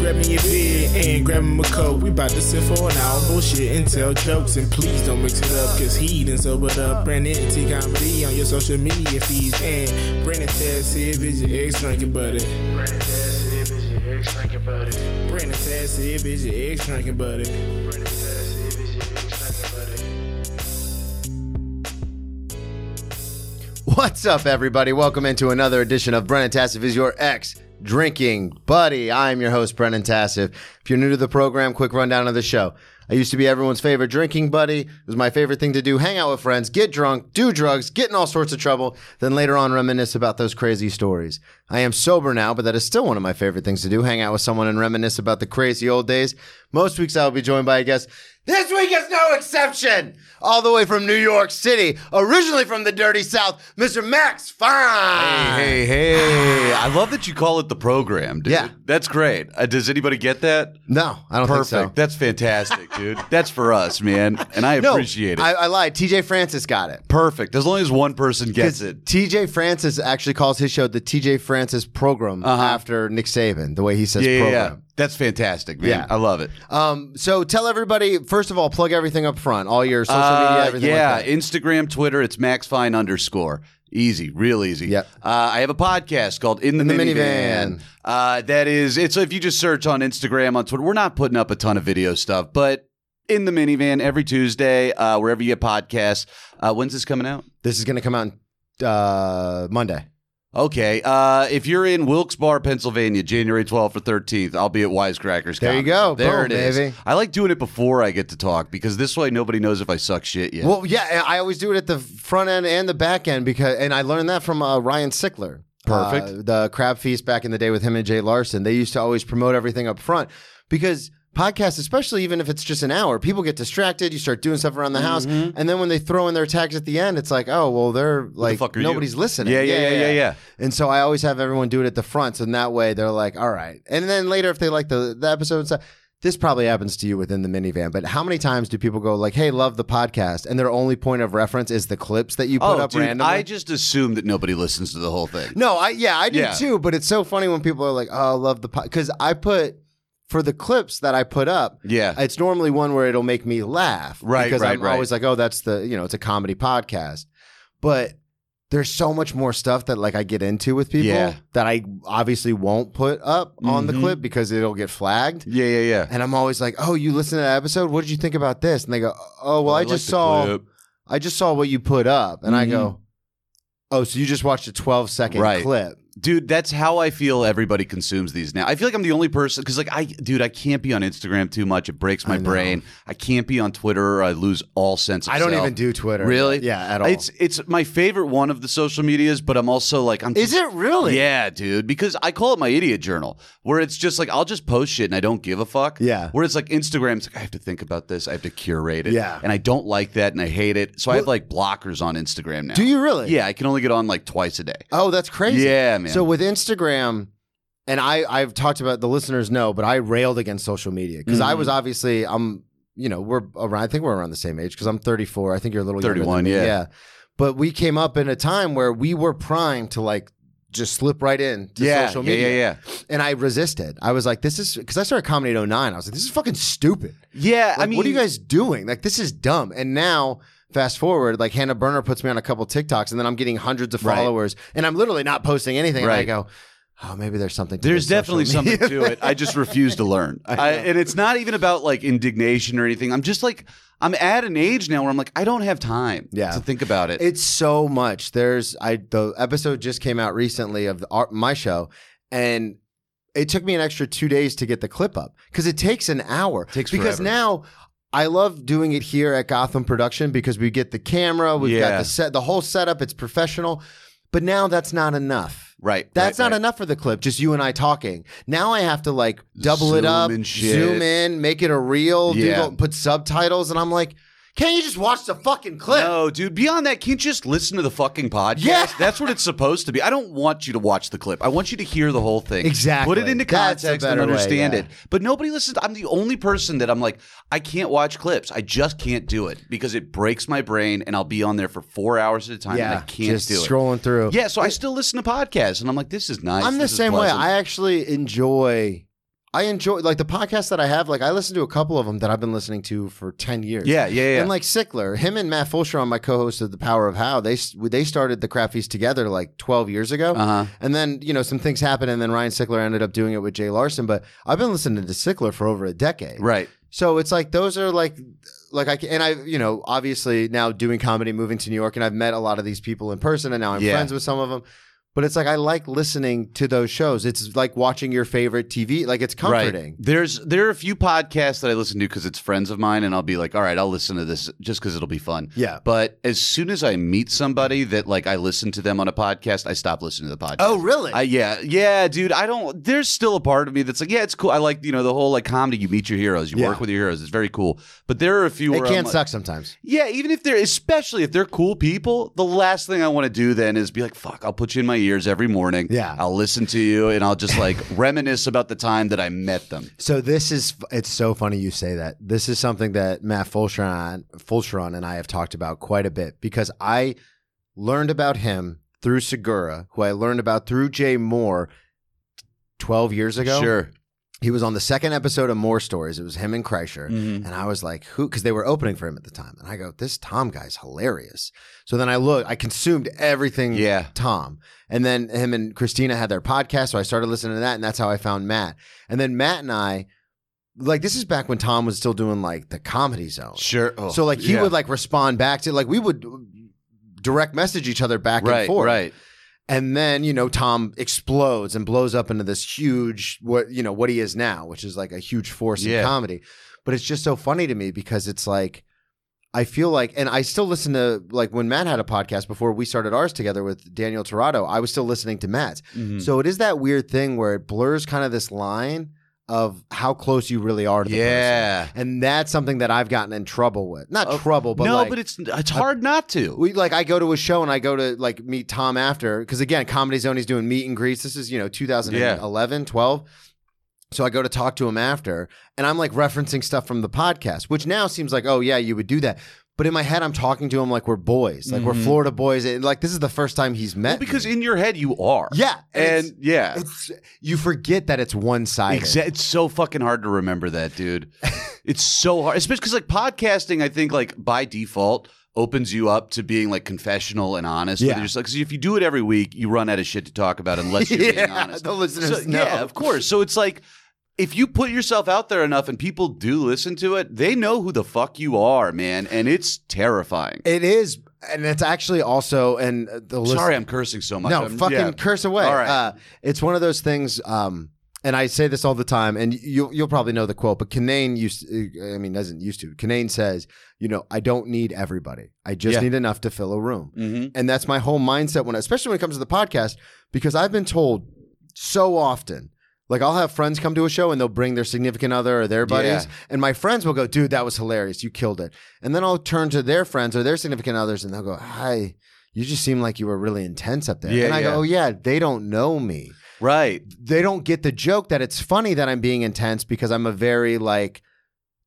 Grabbing your beer and grabbing my coat. We bout to sit for an hour, bullshit and tell jokes. And please don't mix it up, cause he done sobered up. Brandon T Comedy on your social media feeds. And Brandon Taz if is your ex drinking buddy. Brandon Taz if is your ex drinking buddy. Brandon Taz if is your ex drinking buddy. Brandon Taz if is your ex drinking buddy. What's up, everybody? Welcome into another edition of Brennan Tassif is your ex drinking buddy. I am your host, Brennan Tassif. If you're new to the program, quick rundown of the show. I used to be everyone's favorite drinking buddy. It was my favorite thing to do hang out with friends, get drunk, do drugs, get in all sorts of trouble, then later on reminisce about those crazy stories. I am sober now, but that is still one of my favorite things to do hang out with someone and reminisce about the crazy old days. Most weeks I'll be joined by a guest. This week is no exception. All the way from New York City, originally from the dirty South, Mr. Max Fine. Hey, hey. I love that you call it the program, dude. Yeah. That's great. Uh, does anybody get that? No, I don't Perfect. think so. That's fantastic, dude. That's for us, man. And I no, appreciate it. I, I lied. TJ Francis got it. Perfect. As long as one person gets 'Cause it. TJ Francis actually calls his show the TJ Francis program after Nick Saban, the way he says Uh-huh. Yeah, yeah, yeah. program. That's fantastic, man. Yeah. I love it. Um, so tell everybody, first of all, plug everything up front, all your social media, Uh, everything yeah, like that. Instagram, Twitter, it's maxfine underscore. Easy, real easy. Yep. Uh, I have a podcast called In the, In the Minivan. Minivan. Uh, that is, it's if you just search on Instagram, on Twitter, we're not putting up a ton of video stuff, but In the Minivan every Tuesday, uh, wherever you get podcasts. Uh, when's this coming out? This is going to come out uh, Monday. Okay. Uh, if you're in Wilkes-Barre, Pennsylvania, January 12th or 13th, I'll be at Wisecrackers. There you Comedy. go. There Boom, it is. baby. I like doing it before I get to talk because this way nobody knows if I suck shit yet. Well, yeah, I always do it at the front end and the back end because, and I learned that from uh, Ryan Sickler. Perfect. Uh, the Crab Feast back in the day with him and Jay Larson. They used to always promote everything up front because podcasts, especially even if it's just an hour, people get distracted. You start doing stuff around the house, Mm-hmm. and then when they throw in their tags at the end, it's like, oh, well, they're like fuck are you? nobody's listening. Yeah, yeah, yeah, yeah, yeah. And so I always have everyone do it at the front, so in that way they're like, all right. And then later, if they like the the episode and stuff, this probably happens to you within the minivan. But how many times do people go like, hey, love the podcast, and their only point of reference is the clips that you put oh, up dude, randomly? I just assume that nobody listens to the whole thing. No, I yeah, I do Yeah. too. But it's so funny when people are like, "Oh, I love the podcast," because I put for the clips that I put up. Yeah. it's normally one where it'll make me laugh, Right, Because right, I'm right. always like, "Oh, that's the you know, it's a comedy podcast," but. There's so much more stuff that like I get into with people Yeah. Mm-hmm. that I obviously won't put up on the clip because it'll get flagged. Yeah, yeah, yeah. And I'm always like, "Oh, you listened to that episode? What did you think about this?" And they go, "Oh, well, I, like just the saw clip. Mm-hmm. I just saw what you put up." And I go, "Oh, so you just watched a 12 second Right. clip?" Dude, that's how I feel everybody consumes these now. I feel like I'm the only person because, like, I, dude, I can't be on Instagram too much. It breaks my know. brain. I can't be on Twitter. Or I lose all sense of I don't self. even do Twitter. Really? Yeah, at all. It's it's my favorite one of the social medias, but I'm also like I'm Is it really? Yeah, dude, because I call it my idiot journal, where it's just like I'll just post shit and I don't give a fuck. Yeah. Where it's like Instagram's like I have to think about this, I have to curate it. Yeah. And I don't like that and I hate it. So I have like blockers on Instagram now. Do you really? Yeah, I can only get on like twice a day. Oh, that's crazy. Yeah, man. So with Instagram, and I, I've talked about the listeners know, but I railed against social media because I Mm-hmm. was obviously I'm, you know, we're around. I think we're around the same age because I'm 34. I think you're a little younger than 31, me. yeah. yeah. But we came up in a time where we were primed to like just slip right in to yeah, social yeah, media. yeah, yeah. And I resisted. I was like, this is because I started comedy at 09. I was like, this is fucking stupid. Yeah, I Like, mean, what are you guys doing? Like, this is dumb. And now, fast forward, like Hannah Berner puts me on a couple TikToks, and then I'm getting hundreds of Right. followers, and I'm literally not posting anything. Right. And I go, oh, maybe there's something. To There's this definitely social something media." to it. I just refuse to learn. I, and it's not even about like indignation or anything. I'm just like, I'm at an age now where I'm like, I don't have time Yeah. to think about it. It's so much. There's I the episode just came out recently of the, our, my show, and it took me an extra two days to get the clip up because it takes an hour. Takes because forever. now. I love doing it here at Gotham Production because we get the camera, we've got Yeah. the set, the whole setup. It's professional, but now that's not enough. right. That's right, not right. enough for the clip, just you and I talking. Now I have to like double it Zoom up, and shit. zoom in, make it a reel, do Yeah. the- put subtitles, and I'm like, Can't you just watch the fucking clip? No, dude. Beyond that, can't you just listen to the fucking podcast? Yeah. That's what it's supposed to be. I don't want you to watch the clip. I want you to hear the whole thing. Exactly. Put it into That's a context and better way, understand yeah. it. But nobody listens. I'm the only person that I'm like, I can't watch clips. I just can't do it because it breaks my brain and I'll be on there for four hours at a time and I can't just do it. scrolling through. Yeah, so I still listen to podcasts and I'm like, this is nice. I'm the This is same way. pleasant. I actually enjoy. I enjoy like the podcasts that I have. Like I listen to a couple of them that I've been listening to for ten years. Yeah, yeah, yeah. And like Sickler, him and Matt Fulcher, my co-host of The Power of How, they they started the Crap Feast together like twelve years ago. Uh-huh. And then you know some things happened, and then Ryan Sickler ended up doing it with Jay Larson. But I've been listening to Sickler for over a decade. right. So it's like those are like like I can, and I you know obviously now doing comedy moving to New York and I've met a lot of these people in person and now I'm Yeah. friends with some of them. But it's like I like listening to those shows. It's like watching your favorite TV. Like it's comforting. Right. There's there are a few podcasts that I listen to because it's friends of mine, and I'll be like, all right, I'll listen to this just because it'll be fun. Yeah. But as soon as I meet somebody that like I listen to them on a podcast, I stop listening to the podcast. Oh, really? Oh, I, yeah, yeah, dude. I don't. There's still a part of me that's like, yeah, it's cool. I like you know the whole like comedy. You meet your heroes. You Yeah. work with your heroes. It's very cool. But there are a few. it where can I'm like- suck sometimes. yeah, even if they're, especially if they're cool people, the last thing I want to do then is be like, fuck, I'll put you in my ears every morning. Yeah. I'll listen to you and I'll just like reminisce about the time that I met them. So this is it's so funny you say that. This is something that Matt Fulcheron Fulcheron and I have talked about quite a bit because I learned about him through Segura, who I learned about through Jay Moore 12 years ago. Sure. he was on the second episode of More Stories. It was him and Kreischer. Mhm. And I was like, who? Because they were opening for him at the time. And I go, this Tom guy's hilarious. So then I looked, I consumed everything Yeah. Tom. And then him and Christina had their podcast. So I started listening to that. And that's how I found Matt. And then Matt and I, like, this is back when Tom was still doing like the comedy zone. Sure. Oh, so like he yeah. would like respond back to, like, we would direct message each other back right, and forth. right. And then, you know, Tom explodes and blows up into this huge what you know, what he is now, which is like a huge force Yeah. in comedy. But it's just so funny to me because it's like I feel like and I still listen to like when Matt had a podcast before we started ours together with Daniel Torado, I was still listening to Matt's. Hmm. So it is that weird thing where it blurs kind of this line of how close you really are to the Yeah. person. And that's something that I've gotten in trouble with. Not trouble, but no, like, but it's it's hard not to. we like I go to a show and I go to like meet Tom after because again, Comedy Zone he's doing meet and greets. This is you know 2011, 12. So I go to talk to him after, and I'm like referencing stuff from the podcast, which now seems like oh yeah, you would do that. But in my head, I'm talking to him like we're boys, like we're Florida boys. And, like this is the first time he's met. Mm-hmm. Well, because me. in your head you are. yeah, And, it's- yeah. it's, you forget that it's one sided. Exa- it's so fucking hard to remember that, dude. it's so hard, especially because like podcasting, I think like by default opens you up to being like confessional and honest Yeah. with yourself. Because if you do it every week, you run out of shit to talk about unless you're being Yeah, honest. the So, listeners know. yeah, of course. So it's like if you put yourself out there enough and people do listen to it, they know who the fuck you are, man, and it's terrifying. It is, and it's actually also and uh, the list- Sorry, I'm cursing so much. No, I'm- fucking yeah. curse away. All right. Uh, it's one of those things. Um, and I say this all the time, and you'll you'll probably know the quote, but Kinane used, uh, I mean, doesn't used to. Kinane says, you know, I don't need everybody. I just Yeah. need enough to fill a room, Mhm. and that's my whole mindset when, especially when it comes to the podcast, because I've been told so often. Like I'll have friends come to a show and they'll bring their significant other or their buddies, Yeah. and my friends will go, "Dude, that was hilarious! You killed it!" And then I'll turn to their friends or their significant others, and they'll go, "Hi, you just seem like you were really intense up there." Yeah, and I yeah. go, "Oh yeah, they don't know me. Right. They don't get the joke that it's funny that I'm being intense because I'm a very like,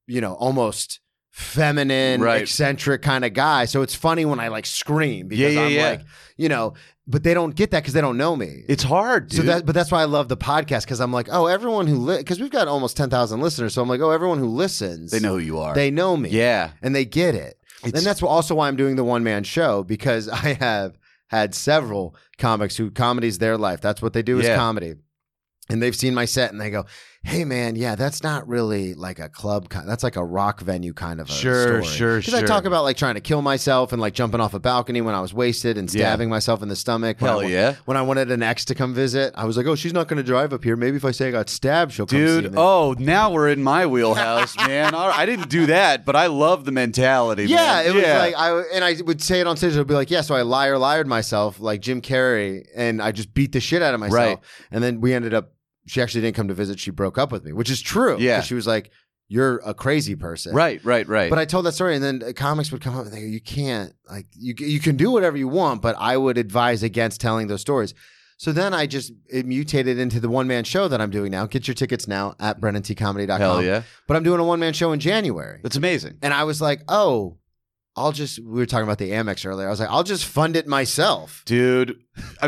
you know, almost." feminine Right. eccentric kind of guy so it's funny when i like scream because Yeah, yeah, i'm yeah. like you know but they don't get that because they don't know me It's hard, dude. so that, but that's why I love the podcast because I'm like, oh, everyone who because we've got almost ten thousand listeners, so I'm like, oh, everyone who listens, they know who you are. they know me, yeah. and they get it, It's- and that's wh- also why I'm doing the one man show because I have had several comics who comedy's their life. That's what they do Yeah. is comedy, and they've seen my set and they go, hey man, yeah, that's not really like a club, ki- that's like a rock venue kind of a story. Sure, sure, Because I sure. talk about like trying to kill myself and like jumping off a balcony when I was wasted and Yeah. stabbing myself in the stomach. when I Hell wa- yeah. when I wanted an ex to come visit, I was like, "Oh, she's not going to drive up here. Maybe if I say I got stabbed, she'll come see Dude, me." oh, now we're in my wheelhouse, man. All right, I didn't do that, but I love the mentality. yeah, man. it was like I and I would say it on stage. I'd be like, "Yeah," so I liar liared myself like Jim Carrey, and I just beat the shit out of myself. Right. And then we ended up. She actually didn't come to visit. She broke up with me, which is true. Yeah. 'cause she was like, you're a crazy person. Right, right, right. But I told that story, and then uh, comics would come up and they go, "You can't like you you can do whatever you want, but I would advise against telling those stories." So then I just it mutated into the one man show that I'm doing now. Get your tickets now at BrennanTComedy.com. Hell yeah. But I'm doing a one man show in January, That's amazing. and I was like, "Oh, I'll just." We were talking about the Amex earlier. I was like, "I'll just fund it myself." Dude, I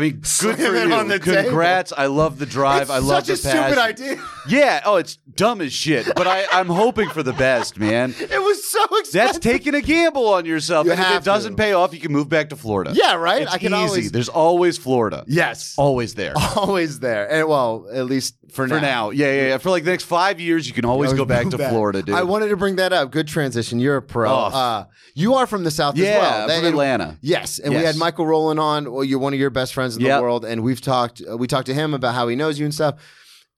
mean, good Slam for it you. on the table. Congrats! I love the drive. It's I such love the a stupid passion. idea. Yeah. Oh, it's dumb as shit. But I, I'm hoping for the best, man. It was so expensive. That's taking a gamble on yourself. You and if have it doesn't to. pay off, you can move back to Florida. yeah, right. It's I can easy. always There's always Florida. yes, Always there. always there, and well, at least for, For now. Yeah, yeah, yeah. For like the next five years, you can always go back to Florida, dude. I wanted to bring that up. Good transition. You're a pro. Oh. Uh, you are from the South yeah, as well. from That- and- Atlanta. Yes, and we Yes. had Michael Rowland on. Well, you're one of your best friends in Yep. the world, and we've talked. Uh, we talked to him about how he knows you and stuff.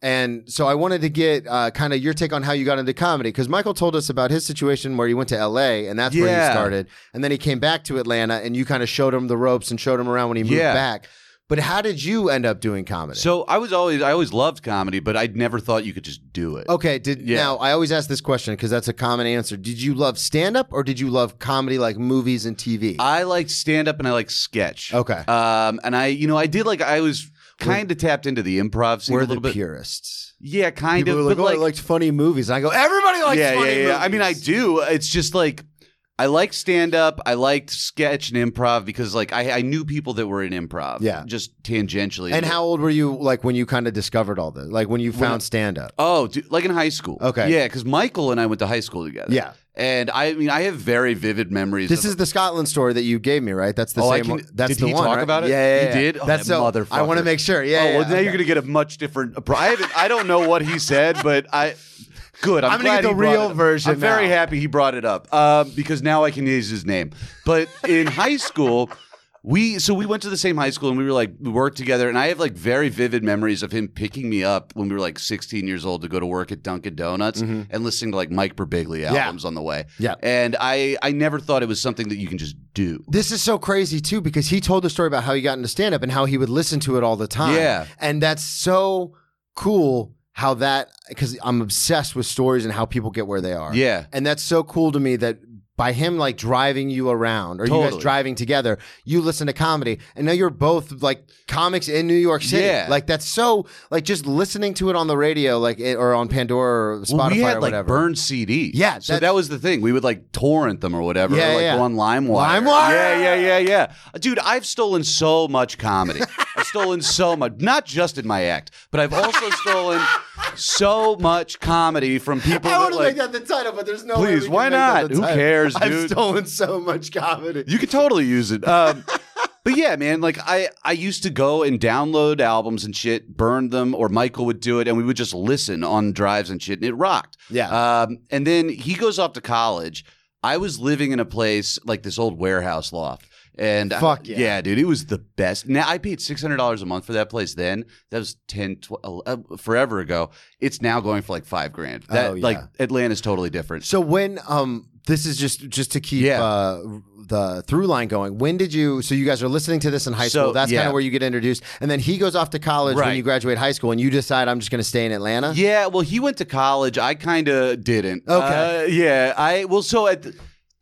And so I wanted to get uh, kind of your take on how you got into comedy because Michael told us about his situation where he went to L.A. and that's where Yeah. he started, and then he came back to Atlanta, and you kind of showed him the ropes and showed him around when he moved Yeah. back. But how did you end up doing comedy? So I was always, I always loved comedy, but I never thought you could just do it. Okay. Did Yeah. now I always ask this question because that's a common answer. Did you love stand up or did you love comedy like movies and TV? I like stand up and I like sketch. okay. Um, and I, you know, I did like I was kind of tapped into the improv scene We're a little the bit. purists. Yeah, kind People of. are like, but oh, like, I liked funny movies. And I go, everybody likes yeah, funny yeah, yeah. movies. I mean, I do. It's just like I like stand up. I liked sketch and improv because like I, I knew people that were in improv. Yeah. just tangentially. And how old were you like when you kind of discovered all this? Like when you When- found stand up? Oh, dude, like in high school. Okay. Yeah, because Michael and I went to high school together. Yeah. And I mean, I have very vivid memories. This of, is the Scotland story that you gave me, right? That's the Oh, I same can- one. That's did the he one. talk right? about it? Yeah, yeah, He yeah. did? Oh, That's that so, I motherfucker. want to make sure. Yeah. Oh, yeah, well, now okay. you're gonna get a much different. appro- I, haven't- I don't know what he said, but I. Good. I'm, I'm gonna get glad he the brought real it up. version I'm very now. happy he brought it up um, because now I can use his name. But in high school, we so we went to the same high school and we were like we worked together. And I have like very vivid memories of him picking me up when we were like 16 years old to go to work at Dunkin' Donuts and listening to like Mike Birbiglia Mm-hmm. Yeah. albums on the way. Yeah. And I I never thought it was something that you can just do. This is so crazy too because he told the story about how he got into stand up and how he would listen to it all the time. Yeah. And that's so cool how that cuz I'm obsessed with stories and how people get where they are. Yeah. And that's so cool to me that by him like driving you around or you guys Totally. driving together, you listen to comedy and now you're both like comics in New York City. Yeah. Like that's so like just listening to it on the radio like it, or on Pandora or Spotify Well, we had or like whatever. burned CDs. Yeah, so that- that was the thing. We would like torrent them or whatever. Yeah, or, like yeah. go on LimeWire. LimeWire! Yeah, yeah, yeah, yeah. Dude, I've stolen so much comedy. I've stolen so much, not just in my act, but I've also stolen so much comedy from people. I that, want to like, make that the title, but there's no. Please, way we can why make that not? the Who title. cares, I've dude? stolen so much comedy. You could totally use it. Um, but yeah, man, like I, I used to go and download albums and shit, burn them, or Michael would do it, and we would just listen on drives and shit, and it rocked. Yeah. Um, and then he goes off to college. I was living in a place like this old warehouse loft. And I- Fuck yeah. dude, it was the best. Now I paid six hundred dollars a month for that place. Then that was 10, 12, uh, forever ago. It's now going for like five grand. That Oh, yeah. like Atlanta's totally different. So when um this is just just to keep Yeah. uh the through line going. When did you so you guys are listening to this in high So, school. That's yeah. kind of where you get introduced. And then he goes off to college when Right. you graduate high school and you decide I'm just going to stay in Atlanta. Yeah, well, he went to college. I kind of didn't. Okay. Uh, yeah, I well, so at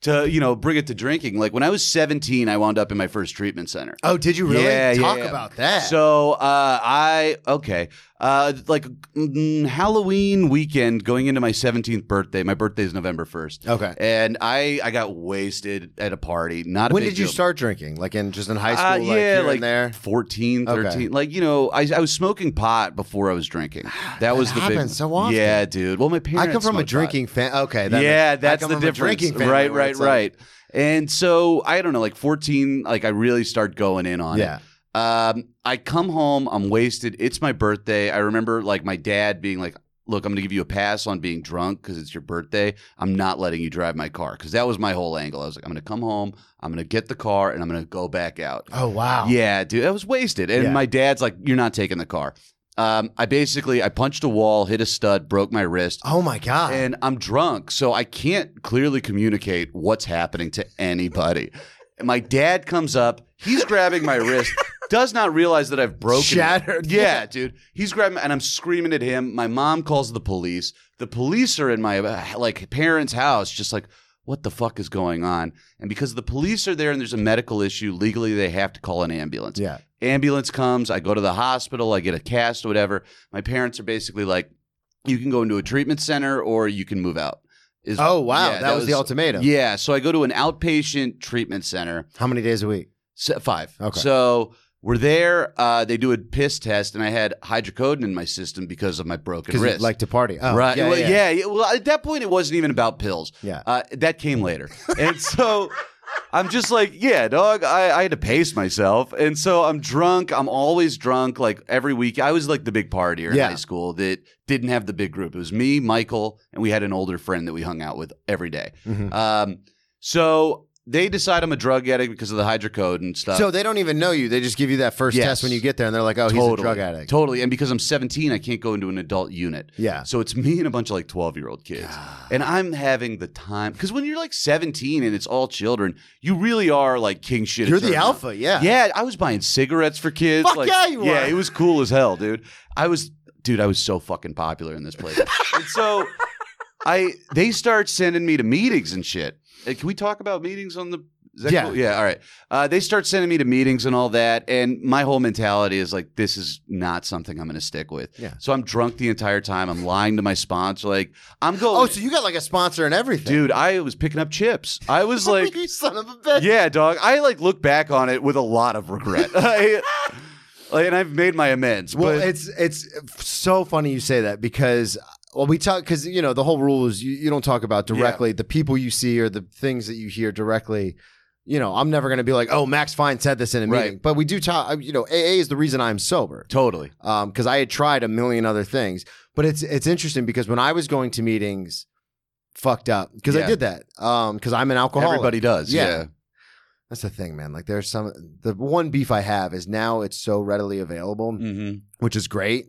to you know bring it to drinking. Like when I was seventeen, I wound up in my first treatment center. Oh, did you really Yeah, talk yeah. about that? So uh, I okay, uh, like mm, Halloween weekend, going into my seventeenth birthday. My birthday is November first. Okay. and I I got wasted at a party. Not a when big did you deal. start drinking? Like in just in high school Uh, like yeah, here like and there. 14, Okay. 13. Like, you know, I, I was smoking pot before I was drinking. That was the big happens so often. Yeah, dude. Well, my I parents come from a smoked pot. drinking fan. Okay, that yeah, makes- I that's come the from a difference. drinking family right, where right, it's like- right. And so I don't know, like 14, like I really start going in on Yeah. it. Um, I come home, I'm wasted. It's my birthday. I remember like my dad being like, "Look, I'm going to give you a pass on being drunk because it's your birthday. I'm not letting you drive my car." Because that was my whole angle. I was like, "I'm going to come home, I'm going to get the car, and I'm going to go back out." Oh wow. Yeah, dude, I was wasted. And Yeah. my dad's like, "You're not taking the car." Um, I basically I punched a wall, hit a stud, broke my wrist Oh my god. and I'm drunk, so I can't clearly communicate what's happening to anybody. And My dad comes up, he's grabbing my wrist, does not realize that I've broken. it. Shattered. Yeah, dude. He's grabbing, and I'm screaming at him. My mom calls the police. The police are in my uh, like parents' house, just like, what the fuck is going on? And because the police are there, and there's a medical issue, legally they have to call an ambulance. Yeah. Ambulance comes. I go to the hospital. I get a cast or whatever. My parents are basically like, you can go into a treatment center or you can move out. Is, Oh wow, Yeah, that, was, the ultimatum. Yeah, so I go to an outpatient treatment center. How many days a week? Se- Five. Okay. So we're there. Uh, they do a piss test, and I had hydrocodone in my system because of my broken Because you wrist. like to party. Oh, right? Yeah. well, yeah. yeah. Well, at that point, it wasn't even about pills. Yeah. Uh, that came later, and so. I'm just like, yeah, dog. I, I had to pace myself, and so I'm drunk. I'm always drunk, like every week. I was like the big partier Yeah. in high school that didn't have the big group. It was me, Michael, and we had an older friend that we hung out with every day. Mhm. Um, so they decide I'm a drug addict because of the hydrocodone and stuff. So they don't even know you. They just give you that first Yes. test when you get there, and they're like, "Oh, he's a drug addict." Totally. And because I'm 17, I can't go into an adult unit. Yeah. So it's me and a bunch of like 12 year old kids. And I'm having the time. Because when you're like 17 and it's all children, you really are like king shit. You're the eternal. alpha. Yeah. Yeah. I was buying cigarettes for kids. Fuck like, yeah, you Yeah. were. It was cool as hell, dude. I was, dude, I was so fucking popular in this place. and so I, they start sending me to meetings and shit. Uh, Can we talk about meetings on the, is that Yeah. cool? Yeah. All right. Uh, they start sending me to meetings and all that. And my whole mentality is like, this is not something I'm going to stick with. Yeah. So I'm drunk the entire time. I'm lying to my sponsor. Like, I'm going. Oh, so you got like a sponsor and everything, dude, I was picking up chips. I was like, you son of a bitch. yeah, dog. I like look back on it with a lot of regret. I, like, and I've made my amends. Well, but it's it's so funny you say that because well, we talk because you know the whole rule is you, you don't talk about directly the people you see or the things that you hear directly. You know, I'm never going to be like, oh, Max Fine said this in a Right. meeting, but we do talk. You know, AA is the reason I'm sober totally. because um, I had tried a million other things. But it's it's interesting because when I was going to meetings, fucked up because I Yeah. did that because I'm an alcoholic. Everybody does. Yeah. Yeah. That's the thing, man. Like there's some the one beef I have is now it's so readily available Mm-hmm. which is great.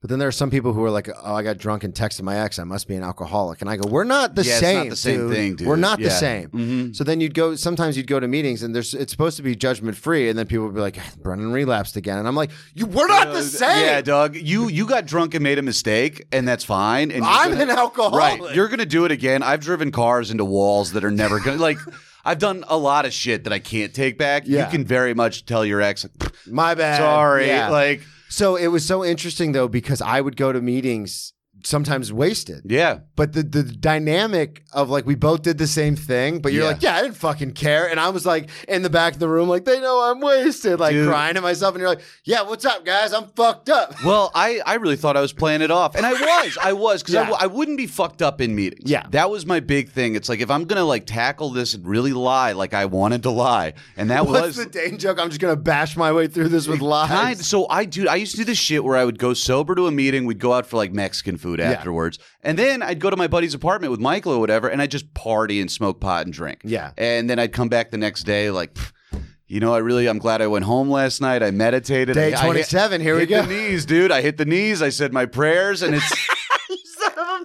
But then there are some people who are like, "Oh, I got drunk and texted my ex. I must be an alcoholic." And I go, "We're not the Yeah, it's not same. the same thing, dude. We're not the Yeah. same." Mm-hmm. So then you'd go. Sometimes you'd go to meetings, and there's it's supposed to be judgment free, and then people would be like, "Brennan relapsed again," and I'm like, "You we're not the same. Yeah, dog. You you got drunk and made a mistake, and that's fine. And you're I'm gonna- an alcoholic." Right. You're gonna do it again. I've driven cars into walls that are never gonna like. I've done a lot of shit that I can't take back. Yeah. You can very much tell your ex, like, My bad. sorry. Yeah. Like, so it was so interesting though because I would go to meetings sometimes wasted, yeah, but the the dynamic of like we both did the same thing, but you're Yeah. like, yeah, I didn't fucking care, and I was like in the back of the room, like they know I'm wasted, like Dude. crying to myself, and you're like, yeah, what's up, guys? I'm fucked up. Well, I, I really thought I was playing it off, and I was, I was, because I Yeah. w- I, wouldn't be fucked up in meetings. Yeah. that was my big thing. It's like if I'm gonna like tackle this and really lie, like I wanted to lie, and that What's the was Dane joke? I'm just gonna bash my way through this with lies. Kind- so I dude, I used to do this shit where I would go sober to a meeting, we'd go out for like Mexican food afterwards, and then I'd go to my buddy's apartment with Michael or whatever, and I'd just party and smoke pot and drink. Yeah. and then I'd come back the next day like. "Pff, You know, I really, I'm glad I went home last night. I meditated. Day I- I hit- 27, here we hit go. The knees, dude. I hit the knees. I said my prayers, and it's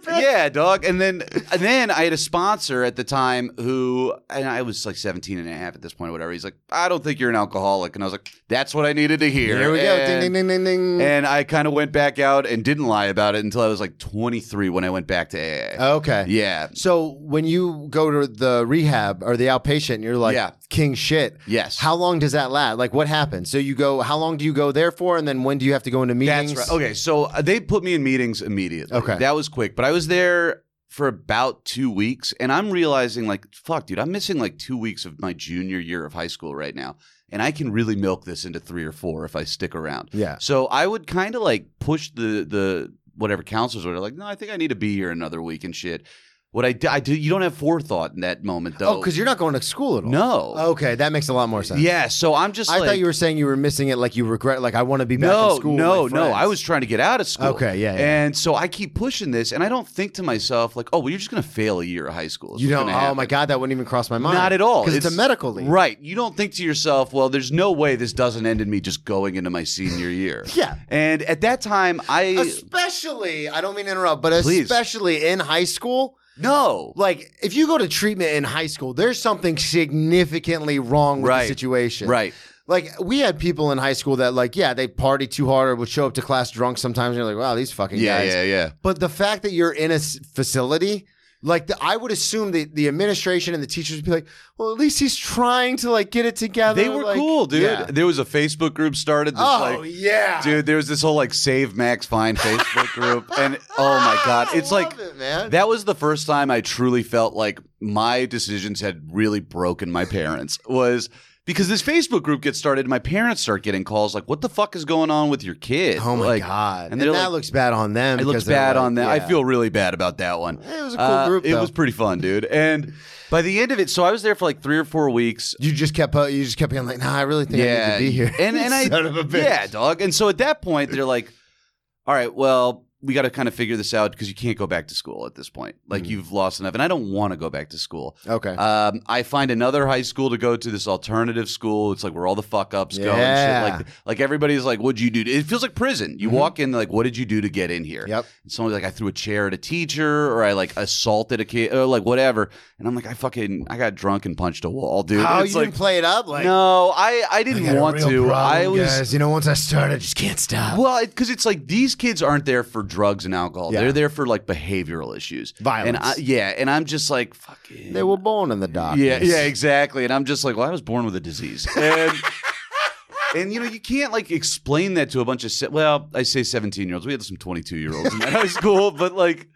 yeah, dog. And then and then I had a sponsor at the time who and I was like 17 and a half at this point or whatever. He's like, I don't think you're an alcoholic. And I was like, that's what I needed to hear. Here we go. Ding And- ding ding ding ding. And I kind of went back out and didn't lie about it until I was like 23 when I went back to AA. Oh, okay. yeah. So when you go to the rehab or the outpatient, you're like Yeah. king shit. Yes. How long does that last? Like what happens? So you go. How long do you go there for? And then when do you have to go into meetings? That's right. Okay, so uh, they put me in meetings immediately. Okay. that was quick, but I was there for about two weeks, and I'm realizing like, fuck, dude, I'm missing like two weeks of my junior year of high school right now, and I can really milk this into three or four if I stick around. Yeah. So I would kind of like push the the whatever counselors were like, no, I think I need to be here another week and shit. What I did, I do, you don't have forethought in that moment though. Oh, because you're not going to school at all. no. Oh, Okay, that makes a lot more sense. Yeah, so I'm just. I like, thought you were saying you were missing it, like you regret, like I want to be back no, in school. with No, my no, friends. I was trying to get out of school. Okay, yeah, yeah. And so I keep pushing this, and I don't think to myself like, "Oh, well, you're just going to fail a year of high school." It's You what's don't. gonna Oh happen. my god, that wouldn't even cross my mind. Not at all. Because it's, a medical leave. Right. You don't think to yourself, well, there's no way this doesn't end in me just going into my senior year. Yeah. And at that time, I. Especially, I don't mean to interrupt, but Please. especially in high school, no. like if you go to treatment in high school, there's something significantly wrong with Right. the situation. Right. Like we had people in high school that like, yeah, they party too hard or would show up to class drunk sometimes. And you're like, wow, these fucking Yeah, guys. yeah, yeah. But the fact that you're in a s- facility, like the, I would assume the, the administration and the teachers would be like, well, at least he's trying to like get it together. They were like- cool, dude. Yeah. There was a Facebook group started. That's Oh like, yeah, dude, there was this whole like Save Max Fine Facebook group, and oh my god, Ah, I it's like love it, man. that was the first time I truly felt like my decisions had really broken my parents. Was because this Facebook group gets started, and my parents start getting calls like, "What the fuck is going on with your kid?" oh my Like, god, and and, they're that like- looks bad on them. It looks because they're bad like- on that. I yeah. feel really bad about that one. It was a cool Uh, group, It though. was pretty fun, dude. And by the end of it, so I was there for like three or four weeks. you just kept po- you just kept being like, nah, I really think I need to be here. And and I Son of a bitch. Yeah, dog. And so at that point they're like, All right, well, we gotta kind of figure this out because you can't go back to school at this point. Like Mhm. you've lost enough. And I don't want to go back to school. okay. Um, I find another high school to go to, this alternative school. It's like where all the fuck ups go and Yeah. shit. Like, like everybody's like, What'd you do? to-" It feels like prison. You Mhm. walk in, like, what did you do to get in here? yep. And someone's like, I threw a chair at a teacher, or I like assaulted a kid, or like whatever. And I'm like, I fucking, I got drunk and punched a wall, dude. How Oh, you it's like, didn't play it up? Like no, I, I didn't got a want real to. I problem, was guys. you know, once I start, I just can't stop. well, because it's like these kids aren't there for drugs and alcohol. Yeah. They're there for like behavioral issues, Violence. and I, yeah. And I'm just like, fucking, They were born in the dark. yeah, yeah, exactly. And I'm just like, well, I was born with a disease, and and you know, you can't like explain that to a bunch of se- well, I say 17 year olds. We had some 22 year olds in that high school, but like,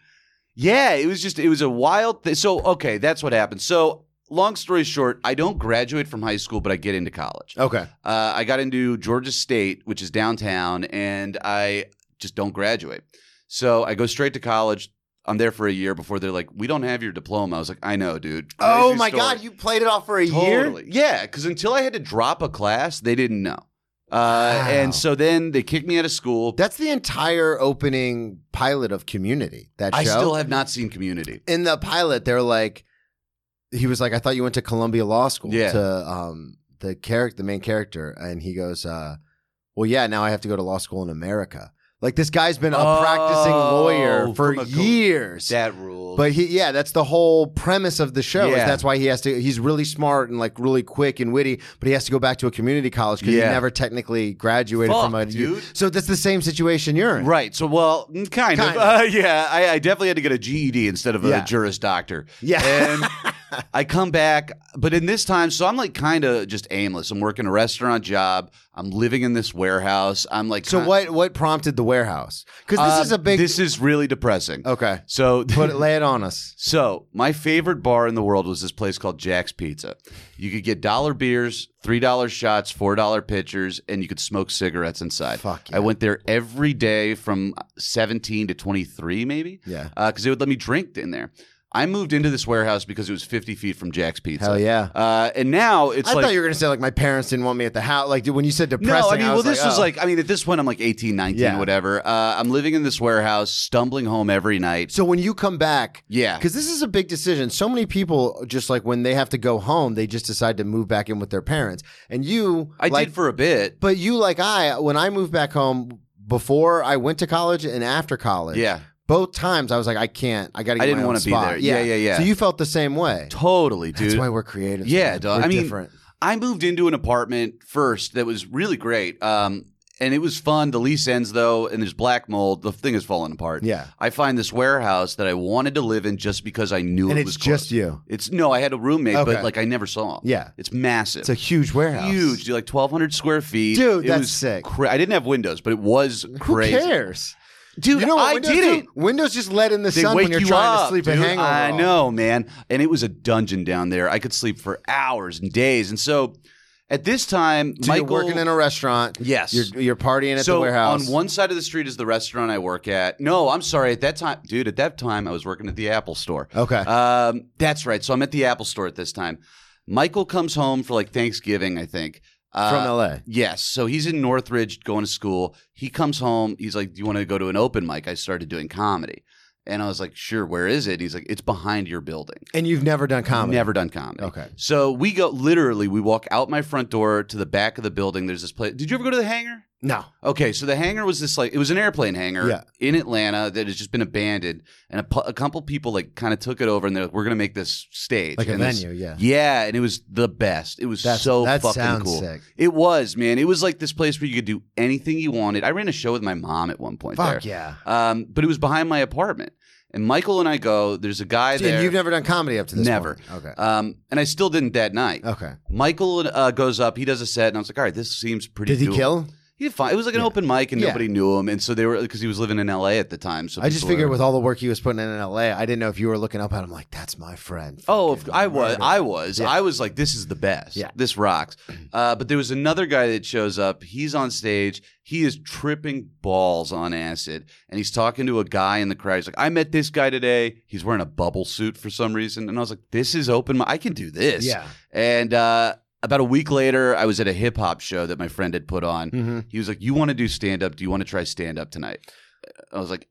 yeah, it was just it was a wild thing. So okay, that's what happened. So long story short, I don't graduate from high school, but I get into college. Okay. Uh, I got into Georgia State, which is downtown, and I just don't graduate. So I go straight to college. I'm there for a year before they're like, "We don't have your diploma." I was like, "I know, dude." Oh Crazy my story. god, you played it off for a year. totally. Yeah, because until I had to drop a class, they didn't know. Uh, Wow. And so then they kicked me out of school. That's the entire opening pilot of Community. That show. I still have not seen Community. in the pilot, they're like, he was like, I thought you went to Columbia Law School. Yeah. To um the character, the main character, and he goes, uh, well, yeah, now I have to go to law school in America. Like this guy's been a practicing Oh, lawyer for from a co- years. That rule. But he, yeah, that's the whole premise of the show. Is Yeah. that's why he has to. He's really smart and like really quick and witty, but he has to go back to a community college because Yeah. he never technically graduated Fuck, from a. dude. So that's the same situation you're in. Right. So, well, mm, kind, of. Kind Uh, of. yeah, I, I definitely had to get a GED instead of a Yeah. Juris Doctor. Yeah. And I come back, but in this time, so I'm like kind of just aimless. I'm working a restaurant job. I'm living in this warehouse. I'm like, So ki- what what prompted the warehouse? Because this uh, is a big. This is really depressing. okay. So, Put it, lay it on us. so my favorite bar in the world was this place called Jack's Pizza. You could get dollar beers, three dollar shots, four dollar pitchers, and you could smoke cigarettes inside. Fuck I yeah. went there every day from 17 to 23, maybe. Yeah. because they would let me drink in there. I moved into this warehouse because it was 50 feet from Jack's Pizza. Hell yeah. Uh, and now it's I like thought you were gonna say like my parents didn't want me at the house. Like dude, when you said depressing, no, I mean, was well, this like, was oh. like, I mean, at this point, I'm like 18, 19, Yeah. whatever. Uh, I'm living in this warehouse, stumbling home every night. So when you come back, yeah, because this is a big decision. So many people just like when they have to go home, they just decide to move back in with their parents. And you, I like, did for a bit. But you, like I, when I moved back home before I went to college and after college, Yeah, both times I was like, I can't. I got to. I didn't want wanna to be there. Yeah, yeah, yeah. So you felt the same way. totally, dude. That's why we're creative. Yeah, man. dog. We're I mean, different. I moved into an apartment first that was really great. Um, and it was fun. The lease ends though, and there's black mold. The thing is falling apart. Yeah. I find this warehouse that I wanted to live in just because I knew and it it's was just close. you. It's no, I had a roommate, Okay. but like I never saw him. Yeah. it's massive. It's a huge warehouse. huge, dude, like twelve hundred square feet. Dude, It that's was sick. Cra- I didn't have windows, but it was Who crazy. cares? dude? you know what I Windows did do? it. Windows just let in the They sun wake when you're you trying up, to sleep dude. and hangover. I all. know, man. And it was a dungeon down there. I could sleep for hours and days. And so, at this time, So Michael you're working in a restaurant. Yes. You're, you're partying at so the warehouse. on one side of the street is the restaurant I work at. No, I'm sorry. At that time, dude, at that time I was working at the Apple store. Okay. Um, that's right. So I'm at the Apple store at this time. Michael comes home for like Thanksgiving, I think. Uh, from LA. Yes. So he's in Northridge going to school. He comes home. He's like, Do you want to go to an open mic? I started doing comedy. And I was like, Sure, where is it? And he's like, It's behind your building. And you've never done comedy. Never done comedy. Okay. So we go, literally, we walk out my front door to the back of the building. There's this place. Did you ever go to the hangar? No. Okay, so the hangar was this like it was an airplane hangar Yeah. in Atlanta that has just been abandoned, and a, pu- a couple people like kind of took it over, and they're like, "We're gonna make this stage, Like a and this- venue, yeah. yeah." And it was the best. It was That's- so that fucking sounds cool. sick. It was man. It was like this place where you could do anything you wanted. I ran a show with my mom at one point Fuck there, yeah. um, but it was behind my apartment. And Michael and I go. There's a guy there. And you've never done comedy up to this Never. Uh, point. Okay. um, and I still didn't that night. okay. Michael uh, goes up. He does a set, and I was like, "All right, this seems pretty." Did he doable." kill? He did fine. It was like an Yeah. open mic, and Yeah. nobody knew him, and so they were because he was living in L.A. at the time. So I just people figured were- with all the work he was putting in in LA, I didn't know if you were looking up at him like, that's my friend. Oh, of- Fucking I was, murder. I was, Yeah. I was like, this is the best. Yeah. this rocks. Uh, but there was another guy that shows up. He's on stage. He is tripping balls on acid, and he's talking to a guy in the crowd. He's like, "I met this guy today. He's wearing a bubble suit for some reason," and I was like, "This is open. mi- I can do this." Yeah. And uh, about a week later, I was at a hip hop show that my friend had put on. Mm-hmm. He was like, "You want to do stand up? Do you want to try stand up tonight?" I was like,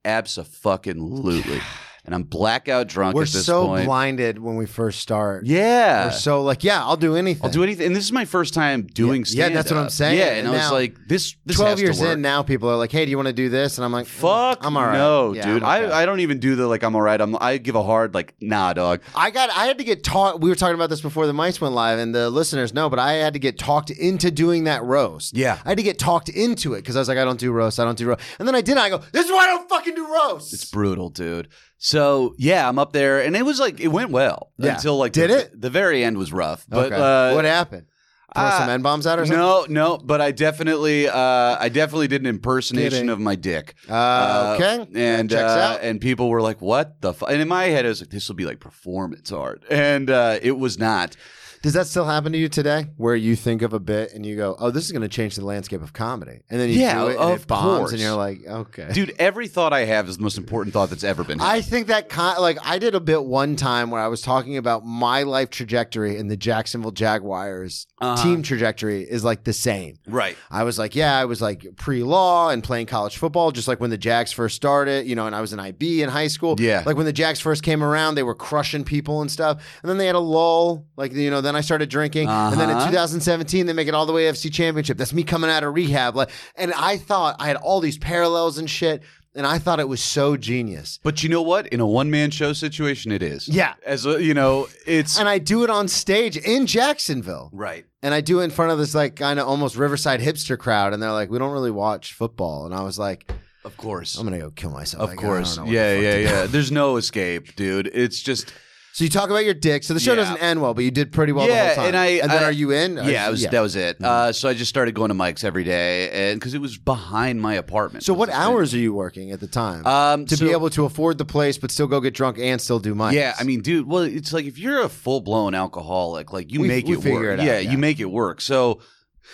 "Absolutely." And I'm blackout drunk We're at this so point. blinded when we first start. Yeah. We're so like, yeah, I'll do anything. I'll do anything. And this is my first time doing Yeah, stand yeah, that's what I'm saying. Yeah, and, And I was now- like, this, this 12 has years to work. in now, people are like, hey, do you want to do this? And I'm like, mm, Fuck, I'm all right. no, Yeah, dude. I'm okay. I, I don't even do the like I'm all right. I'm I give a hard like nah, dog. I got I had to get taught we were talking about this before the mics went live and the listeners know, but I had to get talked into doing that roast. Yeah. I had to get talked into it because I was like, I don't do roast, I don't do roast. And then I did it, I go, This is why I don't fucking do roast. It's brutal, dude. So yeah, I'm up there, and it was like it went well Yeah. until like Did the, it? The very end was rough, but okay. uh, what happened? Throw uh, some N bombs out or something? No, no, but I definitely, uh, I definitely did an impersonation Did it? of my dick. Uh, okay. and That checks uh, out. and people were like, "What the?" Fu-? And in my head, I was like, "This will be like performance art," and uh, it was not. Does that still happen to you today where you think of a bit and you go, Oh, this is gonna change the landscape of comedy? And then you Yeah, do it and of it bombs course. and you're like, Okay. Dude, every thought I have is the most important thought that's ever been. had. I think that con- like I did a bit one time where I was talking about my life trajectory and the Jacksonville Jaguars Uh-huh. team trajectory is like the same. right. I was like, yeah, I was like pre-law and playing college football, just like when the Jags first started, you know, and I was an IB in high school. Yeah. Like when the Jags first came around, they were crushing people and stuff. And then they had a lull. Like, you know, then I started drinking. And then in Uh-huh. 2017, they make it all the way to FC championship. That's me coming out of rehab. Like, and I thought I had all these parallels and shit. And I thought it was so genius. But you know what? In a one man show situation, it is. Yeah. As a, you know, it's and I do it on stage in Jacksonville. right. And I do it in front of this like kind of almost Riverside hipster crowd, and they're like, "We don't really watch football." And I was like, Of course. "I'm gonna go kill myself." of I go, "I don't course. know what the Yeah, fuck yeah, to do." yeah. There's no escape, dude. It's just So you talk about your dick. So the show Yeah. doesn't end well, but you did pretty well. Yeah, the whole time. and I- then I- are you in? Are you- yeah, it was, that was it. Mm-hmm. Uh, so I just started going to Mike's every day, and because it was behind my apartment. so was what the thing. hours are you working at the time Um, to so- be able to afford the place, but still go get drunk and still do mics? Yeah, I mean, dude. Well, it's like if you're a full blown alcoholic, like you We- make we it figure it work. out, yeah, yeah. you make it work. So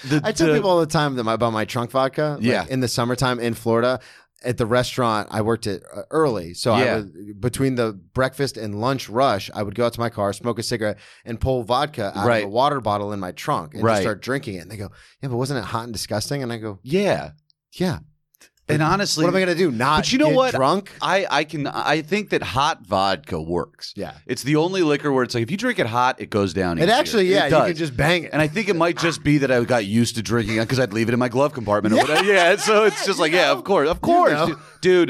the, I tell the- people all the time that my, about my trunk vodka. like, Yeah. in the summertime in Florida, at the restaurant I worked at uh, early, so Yeah. I would, between the breakfast and lunch rush, I would go out to my car, smoke a cigarette, and pull vodka out Right. of a water bottle in my trunk and Right. just start drinking it. And they go, "Yeah, but wasn't it hot and disgusting?" And I go, Yeah, "Yeah." and honestly, What am I gonna do? Not But you know get what? drunk? I I can I think that hot vodka works. Yeah. It's the only liquor where it's like if you drink it hot, it goes down. It easier. actually, It yeah, you does. can just bang it. And I think it might just be that I got used to drinking because I'd leave it in my glove compartment. Or whatever. Yeah, so it's just like, yeah, of course, of course, know. dude,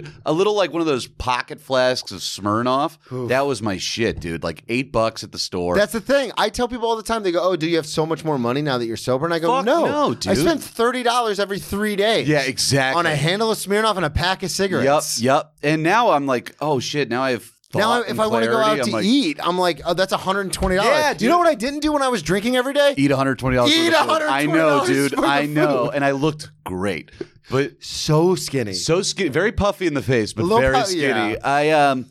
Dude, A little like one of those pocket flasks of Smirnoff. Oof. That was my shit, dude. Like eight bucks at the store. That's the thing. I tell people all the time. They go, "Oh, do you have so much more money now that you're sober?" And I go, Fuck "No, no, I dude." spend thirty dollars every three days. yeah, exactly. on a handle of Smirnoff and a pack of Yep, cigarettes. yep. And now I'm like, oh shit. Now I have. Thought Now, and if I want to go clarity. out I'm to like, eat, I'm like, oh, that's 120. Yeah, dollars. you know dude. what I didn't do when I was drinking every day? eat 120 dollars. Eat I know, $120 dude. worth of I know, food. and I looked great, but So skinny. so skinny, very puffy in the face, but A little very pu- skinny. yeah. I um,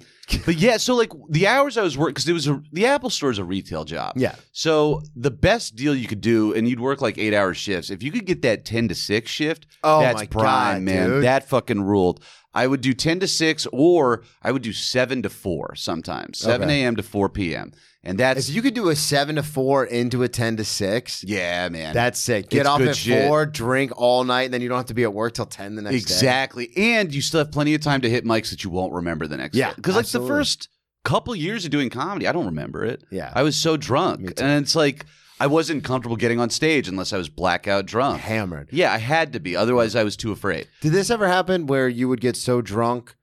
but yeah. So like the hours I was working because it was a, the Apple Store is a retail job. Yeah. So the best deal you could do, and you'd work like eight hour shifts. If you could get that ten to six shift, Oh that's my prime, God, man. dude. That fucking ruled. I would do ten to six, or I would do seven to four sometimes, seven Okay. a.m. to four p.m. And that's if you could do a seven to four into a 10 to six, yeah, man. that's sick. Get It's off good at shit. four, drink all night, and then you don't have to be at work till 10 the next day. Exactly. And you still have plenty of time to hit mics that you won't remember the next Yeah, Because like the absolutely. first couple years of doing comedy, I don't remember it. Yeah. I was so drunk. Me too. And it's like I wasn't comfortable getting on stage unless I was blackout drunk. Hammered. Yeah, I had to be. Otherwise, I was too afraid. Did this ever happen where you would get so drunk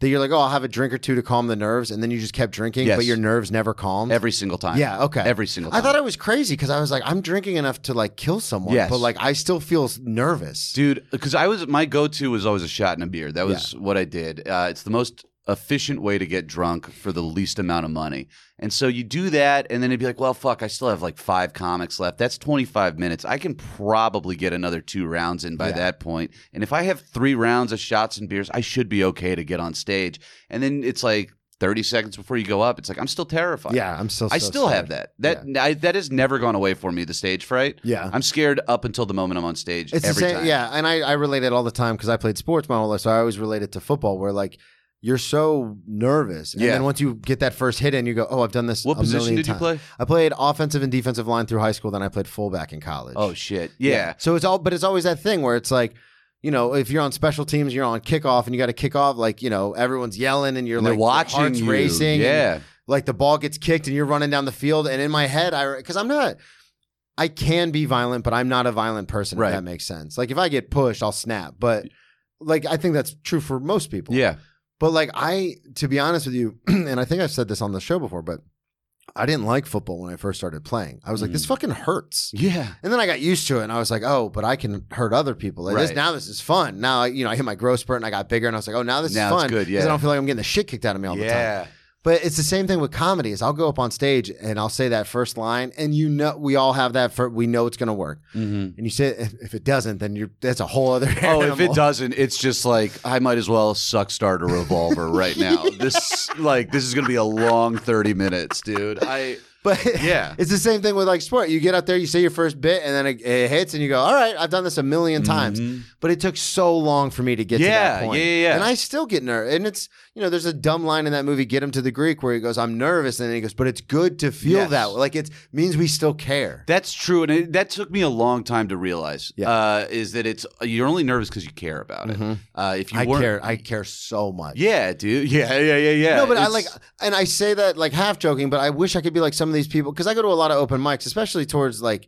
that you're like, oh, I'll have a drink or two to calm the nerves, and then you just kept drinking, Yes. but your nerves never calmed? Every single time. Yeah, okay. Every single I time. thought I was crazy because I was like, I'm drinking enough to like kill someone, Yes. but like I still feel s- nervous. Dude, because I was my go-to was always a shot and a beer. That was what I did. Uh, it's the most efficient way to get drunk for the least amount of money. And so you do that, and then it'd be like, well, fuck, I still have like five comics left. That's twenty-five minutes. I can probably get another two rounds in by Yeah. that point. And if I have three rounds of shots and beers, I should be okay to get on stage. And then it's like thirty seconds before you go up, it's like I'm still terrified. yeah, I'm still. I so still have scared. that. That I, that has never gone away for me. The stage fright. Yeah. I'm scared up until the moment I'm on stage. It's every the same, time. yeah, and I, I relate it all the time because I played sports my whole life, so I always relate it to football, where like you're so nervous, and Yeah. then once you get that first hit in, you go, oh, I've done this. What a position million did you times." play? I played offensive and defensive line through high school, then I played fullback in college. Oh shit. Yeah. So it's all, but it's always that thing where it's like. You know, if you're on special teams, you're on kickoff, and you got to kick off. Like you know, everyone's yelling, and you're And they're like your watching heart's you. racing. and Yeah. like the ball gets kicked and you're running down the field. And in my head, I because I'm not, I can be violent, but I'm not a violent person. Right. If that makes sense. Like if I get pushed, I'll snap. But like I think that's true for most people. Yeah. But like I, to be honest with you, and I think I've said this on the show before, but I didn't like football when I first started playing. I was like, Mm. this fucking hurts. Yeah. And then I got used to it, and I was like, "Oh, but I can hurt other people. Like this, Right. now this is fun. Now, you know, I hit my growth spurt, and I got bigger, and I was like, "Oh, now this Now is it's fun. good, 'cause yeah. I don't feel like I'm getting the shit kicked out of me all the time. yeah. But it's the same thing with comedy. Is I'll go up on stage and I'll say that first line, and you know we all have that. For, we know it's going to work. Mhm. And you say if, if it doesn't, then you're that's a whole other. Oh, if animal. it doesn't, it's just like I might as well suck start a revolver right now. This like this is gonna be a long thirty minutes, dude. I but Yeah. it's the same thing with like sport. You get up there, you say your first bit, and then it, it hits, and you go, "All right, I've done this a 1000000 times." But it took so long for me to get to Mm-hmm. Yeah, that point. yeah, yeah, yeah. And I still get nervous. And it's you know, there's a dumb line in that movie, "Get him to the Greek," where he goes, "I'm nervous," and then he goes, "But it's good to feel Yes. that. Like it means we still care." That's true, and it, that took me a long time to realize. Yeah. Uh, is that it's you're only nervous because you care about it. Uh, if Mm-hmm. you I weren't, care. I care so much. yeah, dude, yeah, yeah, yeah, yeah. No, but I It's- like, and I say that like half joking, but I wish I could be like some of these people because I go to a lot of open mics, especially towards like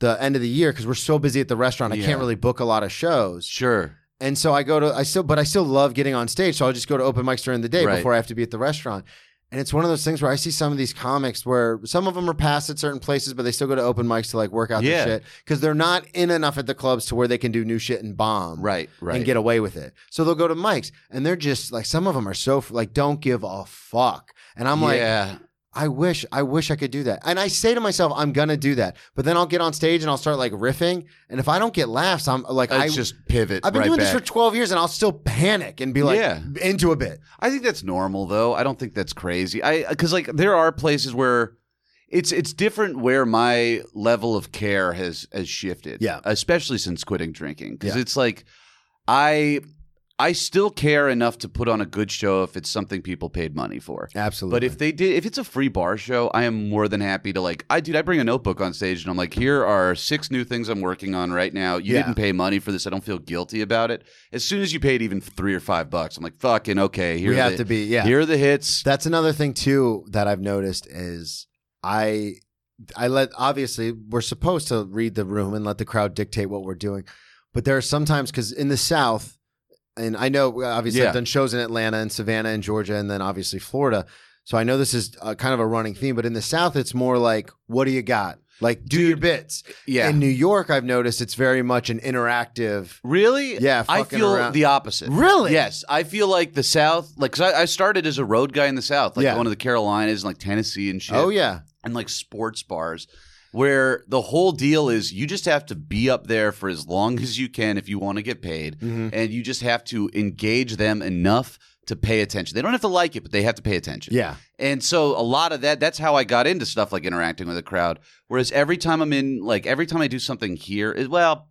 the end of the year because we're so busy at the restaurant. I Yeah. can't really book a lot of shows. sure. And so I go to, I still, but I still love getting on stage. So I'll just go to open mics during the day Right. before I have to be at the restaurant. And it's one of those things where I see some of these comics where some of them are passed at certain places, but they still go to open mics to like work out Yeah. their shit because they're not in enough at the clubs to where they can do new shit and bomb Right, right. and get away with it. So they'll go to mics and they're just like some of them are so like don't give a fuck. And I'm like yeah. I wish I wish I could do that. And I say to myself I'm going to do that. But then I'll get on stage and I'll start like riffing and if I don't get laughs I'm like I I just pivot. I've been right doing this back. for 12 years and I'll still panic and be like Yeah. into a bit. I think that's normal though. I don't think that's crazy. I because like there are places where it's it's different where my level of care has has shifted. Yeah. especially since quitting drinking because Yeah. it's like I I still care enough to put on a good show if it's something people paid money for. Absolutely. But if they did, if it's a free bar show, I am more than happy to like. I dude, I bring a notebook on stage and I'm like, here are six new things I'm working on right now. You Yeah. didn't pay money for this. I don't feel guilty about it. As soon as you paid even three or five bucks, I'm like, fucking okay. Here We are have the- to be- yeah. Here are the hits. That's another thing too that I've noticed is I I let obviously we're supposed to read the room and let the crowd dictate what we're doing, but there are sometimes because in the South, and I know obviously Yeah. I've done shows in Atlanta and Savannah and Georgia and then obviously Florida, so I know this is uh kind of a running theme. But in the South, it's more like what do you got? Like do your bits. yeah. In New York, I've noticed it's very much an interactive. Really? Yeah, I fucking feel around. the opposite. Really? Yes. I feel like the South, like, 'cause I, I started as a road guy in the South, like Yeah. going to the Carolinas and like Tennessee and shit. Oh yeah, and like sports bars where the whole deal is you just have to be up there for as long as you can if you want to get paid and you just have to engage them enough to pay attention. They don't have to like it, but they have to pay attention. yeah. And so a lot of that that's how I got into stuff like interacting with a crowd. Whereas every time I'm in like every time I do something here is well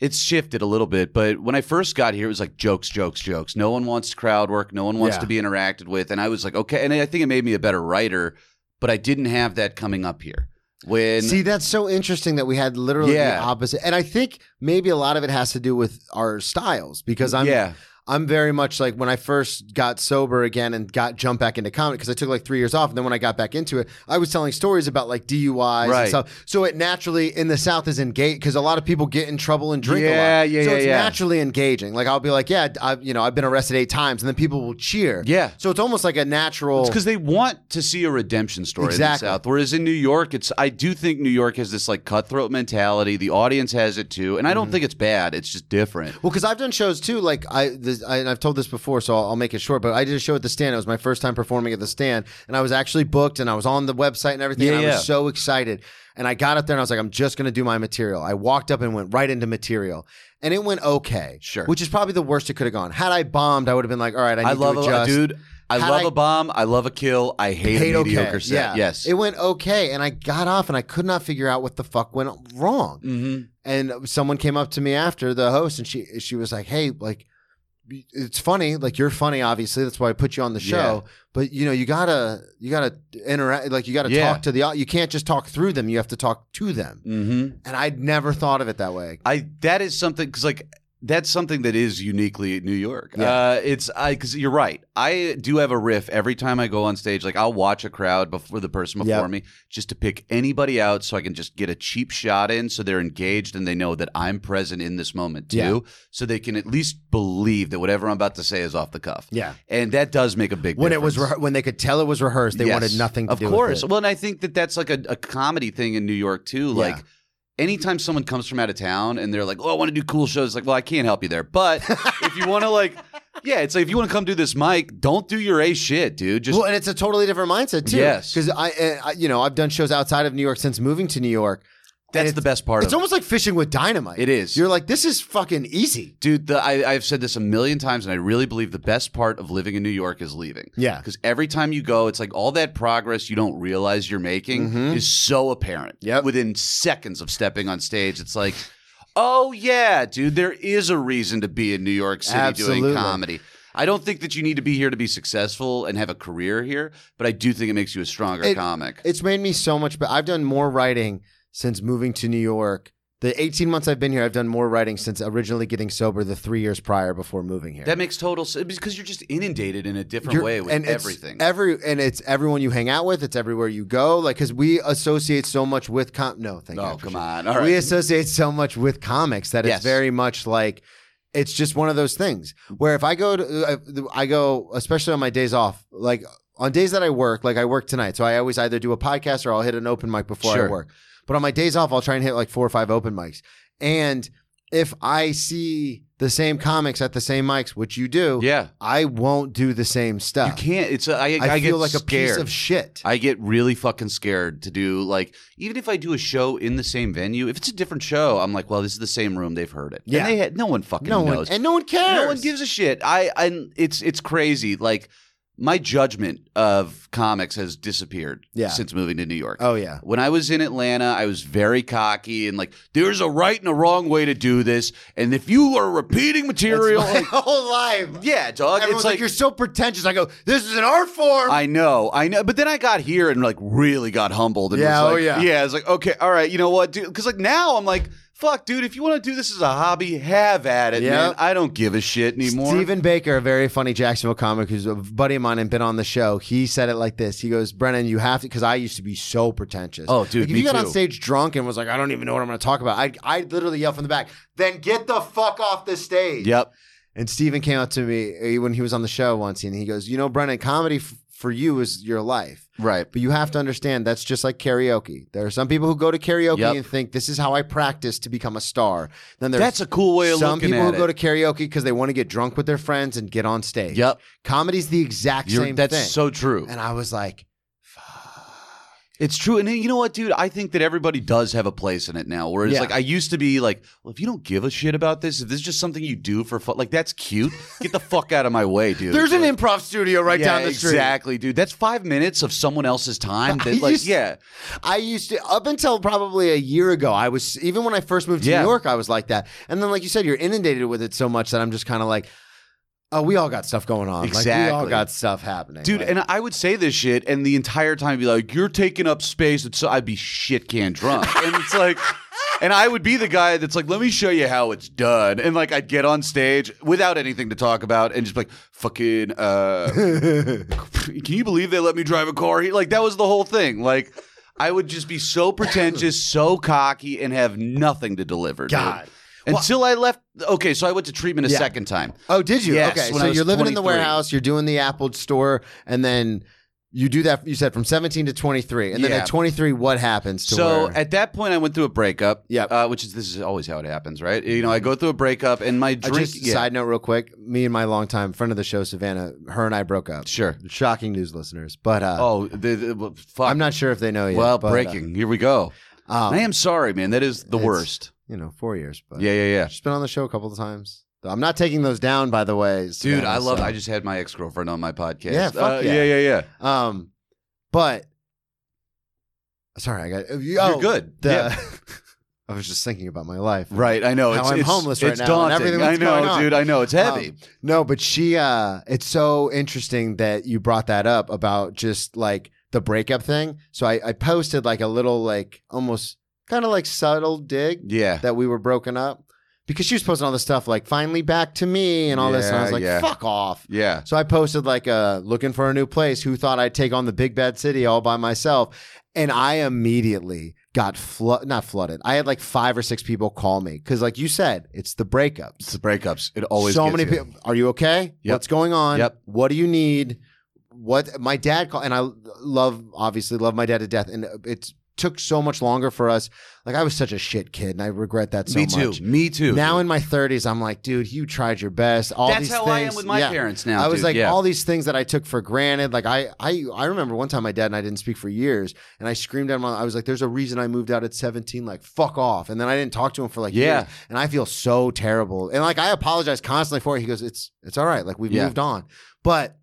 it's shifted a little bit, but when I first got here, it was like jokes, jokes, jokes. No one wants crowd work. No one wants Yeah. to be interacted with. And I was like, okay. And I think it made me a better writer, but I didn't have that coming up here. When See, that's so interesting that we had literally Yeah. the opposite. And I think maybe a lot of it has to do with our styles because I'm yeah, I'm very much like when I first got sober again and got jumped back into comedy because I took like three years off, and then when I got back into it, I was telling stories about like DUIs and Right. stuff. So it naturally in the South is engaged because a lot of people get in trouble and drink a Yeah, lot. yeah, so yeah, it's yeah. naturally engaging. Like I'll be like, yeah, I, you know, I've been arrested eight times, and then people will cheer. Yeah. So it's almost like a natural. because they want to see a redemption story Exactly. in the South. Whereas in New York, it's I do think New York has this like cutthroat mentality. The audience has it too, and I Mm-hmm. don't think it's bad. It's just different. Well, because I've done shows too. Like I, this, I, and I've told this before, so I'll, I'll make it short. But I did a show at the stand. It was my first time performing at the stand, and I was actually booked, and I was on the website and everything. Yeah, and I yeah. was so excited, and I got up there and I was like, I'm just gonna do my material. I walked up and went right into material, and it went okay. Sure. Which is probably the worst it could have gone. Had I bombed, I would have been like, all right, I need I love to a adjust. dude. I Had love I- a bomb. I love a kill. I hate, Hate a okay. mediocre set. Yeah. Yes. It went okay, and I got off, and I could not figure out what the fuck went wrong. hmm and someone came up to me after the host and she she was like hey like it's funny like you're funny obviously that's why i put you on the show but you know you gotta you gotta interact like you gotta Yeah. talk to the au- you can't just talk through them you have to talk to them hmm and i'd never thought of it that way I that is something because like that's something that is uniquely New York. Yeah. Uh, it's I because you're right. I do have a riff every time I go on stage. Like I'll watch a crowd before the person before Yep. me just to pick anybody out so I can just get a cheap shot in so they're engaged and they know that I'm present in this moment too. Yeah. So they can at least believe that whatever I'm about to say is off the cuff. yeah And that does make a big when it difference. was rehe- when they could tell it was rehearsed they Yes. wanted nothing to of do course. with it Well, and I think that that's like a, a comedy thing in New York too. Like anytime someone comes from out of town and they're like, "Oh, I want to do cool shows," it's like, well, I can't help you there, but if you want to like, yeah, it's like if you want to come do this mic, don't do your a shit, dude. Just well, and it's a totally different mindset too. Yes. because I, uh, I, you know, I've done shows outside of New York since moving to New York. that's it's- the best part It's of it. almost like fishing with dynamite. It is. You're like, this is fucking easy. Dude, the, I, I've said this a million times, and I really believe the best part of living in New York is leaving. Yeah. Because every time you go, it's like all that progress you don't realize you're making Mhm. is so apparent. Yep. Within seconds of stepping on stage, it's like, oh, yeah, dude, there is a reason to be in New York City Absolutely. doing comedy. I don't think that you need to be here to be successful and have a career here, but I do think it makes you a stronger It- comic. It's made me so much better. I've done more writing since moving to New York. The 18 months I've been here, I've done more writing since originally getting sober the three years prior before moving here. that makes total sense because you're just inundated in a different You're- way with and it's everything. Every and it's everyone you hang out with. It's everywhere you go. Like because we associate so much with com. No, thank you. I oh, appreciate come it. on. All right. We associate so much with comics that Yes. it's very much like it's just one of those things where if I go to uh, I, I go especially on my days off like on days that I work like I work tonight so I always either do a podcast or I'll hit an open mic before I Sure. work but on my days off I'll try and hit like four or five open mics and if I see the same comics at the same mics which you do yeah. I won't do the same You stuff can't. It's a, I, I, I, I feel get like scared. a piece of shit I get really fucking scared to do like even if I do a show in the same venue. If it's a different show, I'm like, well, this is the same room. They've heard it. And Yeah. they had, no one fucking no one knows. and no one cares no one gives a shit. I and it's it's crazy. Like my judgment of comics has disappeared Yeah. since moving to New York. oh yeah When I was in Atlanta, I was very cocky and like, there's a right and a wrong way to do this. And if you are repeating material, That's my like, whole life yeah, dog, Everyone's it's like, like you're so pretentious. I go, this is an art form. I know, I know. But then I got here and like really got humbled. And Yeah, was oh, like, yeah. yeah. I was like, okay, all right, you know what, dude? Because like now I'm like, fuck, dude, if you want to do this as a hobby, have at it, Yeah. man. I don't give a shit anymore. Stephen Baker, a very funny Jacksonville comic who's a buddy of mine and been on the show, he said it like this. He goes, Brennan, you have to, because I used to be so pretentious. Oh, dude, Like, if me you got too. on stage drunk and was like, I don't even know what I'm going to talk about, I'd, I'd literally yell from the back, then get the fuck off the stage. Yep. And Stephen came up to me uh, when he was on the show once and he goes, You know, Brennan, comedy f- for you is your life. Right. But you have to understand that's just like karaoke. There are some people who go to karaoke Yep. and think this is how I practice to become a star. Then there's That's a cool way of some looking people at who go it. to karaoke because they want to get drunk with their friends and get on stage. Yep. Comedy's the exact You're- same that's thing. so true. and I was like, It's true. And then, you know what, dude? I think that everybody does have a place in it now. Whereas, Yeah. like, I used to be like, well, if you don't give a shit about this, if this is just something you do for fun, like, that's cute. Get the fuck out of my way, dude. there's an Like- improv studio right Yeah, down the street. Exactly, dude. That's five minutes of someone else's time. That, like, used- yeah, I used to up until probably a year ago. I was even when I first moved to Yeah. New York, I was like that. And then, like you said, you're inundated with it so much that I'm just kind of like, oh, we all got stuff going on. Like, we all Exactly. got stuff happening, dude. Like, And I would say this shit, and the entire time I'd be like, "You're taking up space," and so I'd be shit can drunk, and it's like. And I would be the guy that's like, let me show you how it's done. And like, I'd get on stage without anything to talk about and just be like, fucking, uh, can you believe they let me drive a car here? Like, that was the whole thing. Like, I would just be so pretentious, so cocky, and have nothing to deliver. dude. God. Until I left. Okay, so I went to treatment a Yeah. second time. Oh, did you? Yes, okay, when so I was you're living in the 23. warehouse, you're doing the Apple store, and then you do that. You said from 17 to 23, and then Yeah. at 23, what happens to so where- at that point, I went through a breakup. Yep. Uh, which is this is always how it happens, right? You know, I go through a breakup, and my I drink. just yeah. side note, real quick. Me and my longtime friend of the show, Savannah, her and I broke up. Sure. Shocking news, listeners, but uh, Oh, the, the, well, fuck. I'm not sure if they know yet. Well, but, uh, breaking. Here we go. um, I am sorry, man. That is the it's- worst. you know, four years, but Yeah, yeah, yeah. she's been on the show a couple of times. I'm not taking those down, by the way, Dude, Savannah, I love. so- I just had my ex girlfriend on my podcast. Yeah, fuck Uh, yeah. yeah, yeah, yeah. Um, but sorry, I got you. You're good. Oh, The, Yeah. I was just thinking about my life. Right. I know. How it's, I'm it's- homeless right it's now and Daunting. everything that's I know, going on. dude. I know. It's Um, heavy. no, but she. Uh, it's so interesting that you brought that up about just like the breakup thing. So I, I posted like a little like almost kind of like subtle dig yeah. that we were broken up because she was posting all this stuff like finally back to me and all this, and I Yeah, was like, yeah. fuck off. yeah. So I posted like uh looking for a new place. Who thought I'd take on the big bad city all by myself? And I immediately got flood not flooded. I had like five or six people call me because, like you said, it's the breakups. It's the breakups. It always. so gets many you. people. Are you okay? Yep. What's going on? Yep. What do you need? What my dad called, and I love obviously love my dad to death, and it took so much longer for us. Like I was such a shit kid, and I regret that so Me too. much. Me too. Now in my 30s, I'm like, dude, you tried your best. All that's these how I things. am with my Yeah. parents now. I was dude. like yeah. all these things that I took for granted. Like I, I, I remember one time my dad and I didn't speak for years, and I screamed at him. I was like, "There's a reason I moved out at 17. Like fuck off." And then I didn't talk to him for like Yeah. years, and I feel so terrible. And like I apologize constantly for it. He goes, "It's it's all right. Like we've Yeah. moved on." But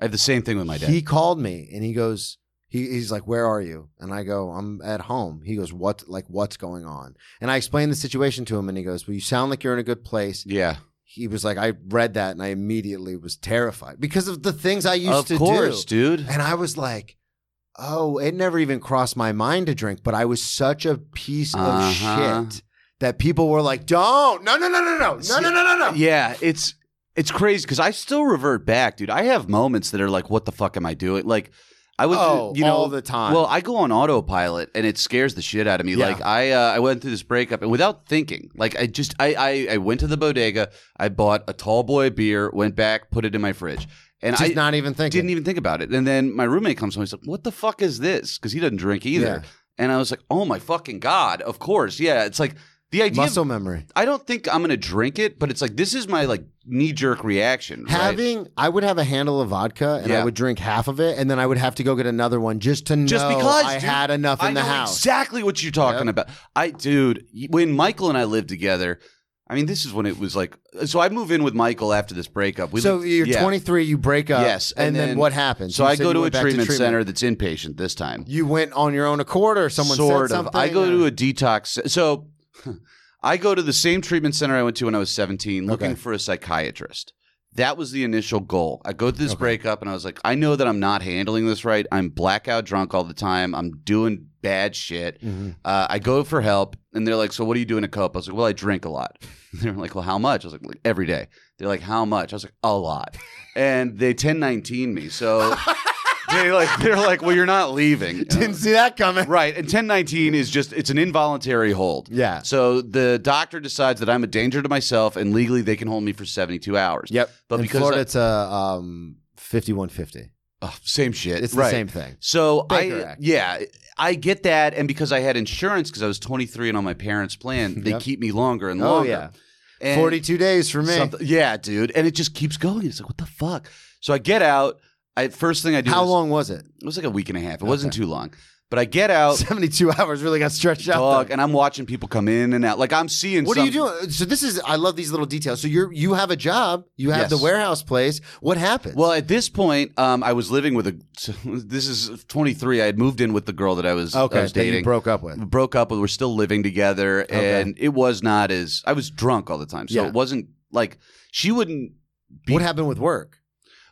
I have the same thing with my dad. he called me and he goes, he, he's like, "Where are you?" And I go, "I'm at home." He goes, "What? Like what's going on?" And I explained the situation to him, and he goes, "Well, you sound like you're in a good place." yeah. he was like, I read that and I immediately was terrified because of the things I used Of to course, do. dude. And I was like, oh, it never even crossed my mind to drink, but I was such a piece Uh-huh. of shit that people were like, don't, no, no, no, no, no, no, no, no, no, no. Yeah, it's it's crazy because I still revert back, dude. I have moments that are like, "What the fuck am I doing?" Like, I would, Oh, you know, all the time. Well, I go on autopilot, and it scares the shit out of me. Yeah. Like, I uh, I went through this breakup, and without thinking, like, I just I, I I went to the bodega, I bought a tall boy beer, went back, put it in my fridge, and Just I not even thinking. didn't even think about it. And then my roommate comes home. He's like, "What the fuck is this?" Because he doesn't drink either. Yeah. And I was like, "Oh my fucking god!" Of course, yeah. It's like the idea of Muscle memory. I don't think I'm gonna drink it, but it's like this is my like knee jerk reaction. right? Having, I would have a handle of vodka and I Yeah. would drink half of it, and then I would have to go get another one just to just know because I dude, had enough in I the know house. Exactly what you're talking Yep. about. I dude, y- when Michael and I lived together, I mean this is when it was like. uh, So I move in with Michael after this breakup. We so lived- you're yeah. 23, you break up, Yes, and, and then, then- what happens? So You I said go you to a went back treatment, center that's inpatient this time. You went on your own accord, or someone sort said of. something? I go to a detox. se- So I go to the same treatment center I went to when I was 17, looking Okay. for a psychiatrist. That was the initial goal. I go through this breakup and I was like, I know that I'm not handling this right. I'm blackout drunk all the time. I'm doing bad shit. Mm-hmm. Uh, I go for help and they're like, So what are you doing to cope? I was like, Well, I drink a lot. They're like, Well, how much? I was like, like Every day. They're like, How much? I was like, A lot. And they 1019 me. So. They like they're like well you're not leaving Didn't see that coming. Right. And 1019 is just, it's an involuntary hold. Yeah. So the doctor decides that I'm a danger to myself and legally they can hold me for 72 hours. Yep. But in because Florida, I- it's a um, fifty-one fifty. Ugh, same shit. It's right. the same thing. So Baker I, Act. yeah, I get that. And because I had insurance because I was 23 and on my parents' plan, they Yep. keep me longer and Oh longer. yeah, And- forty-two days for me. something- yeah, dude. And it just keeps going. It's like, what the fuck? So I get out. I, first thing I do How is- long was it? It was like a week and a half. It wasn't too long. But I get out, Seventy-two hours really got stretched out. Oh. dog, there. and I'm watching people come in and out. Like I'm seeing What are you some- doing? So this is. I love these little details. So you're you have a job. You have Yes. the warehouse place. What happened? Well, at this point, um, I was living with a. This is 23. I had moved in with the girl that I was, I okay, was that dating. you broke up with. We broke up, but we're still living together, Okay. and it was not as I was drunk all the time, so Yeah. it wasn't like she wouldn't. What happened with work?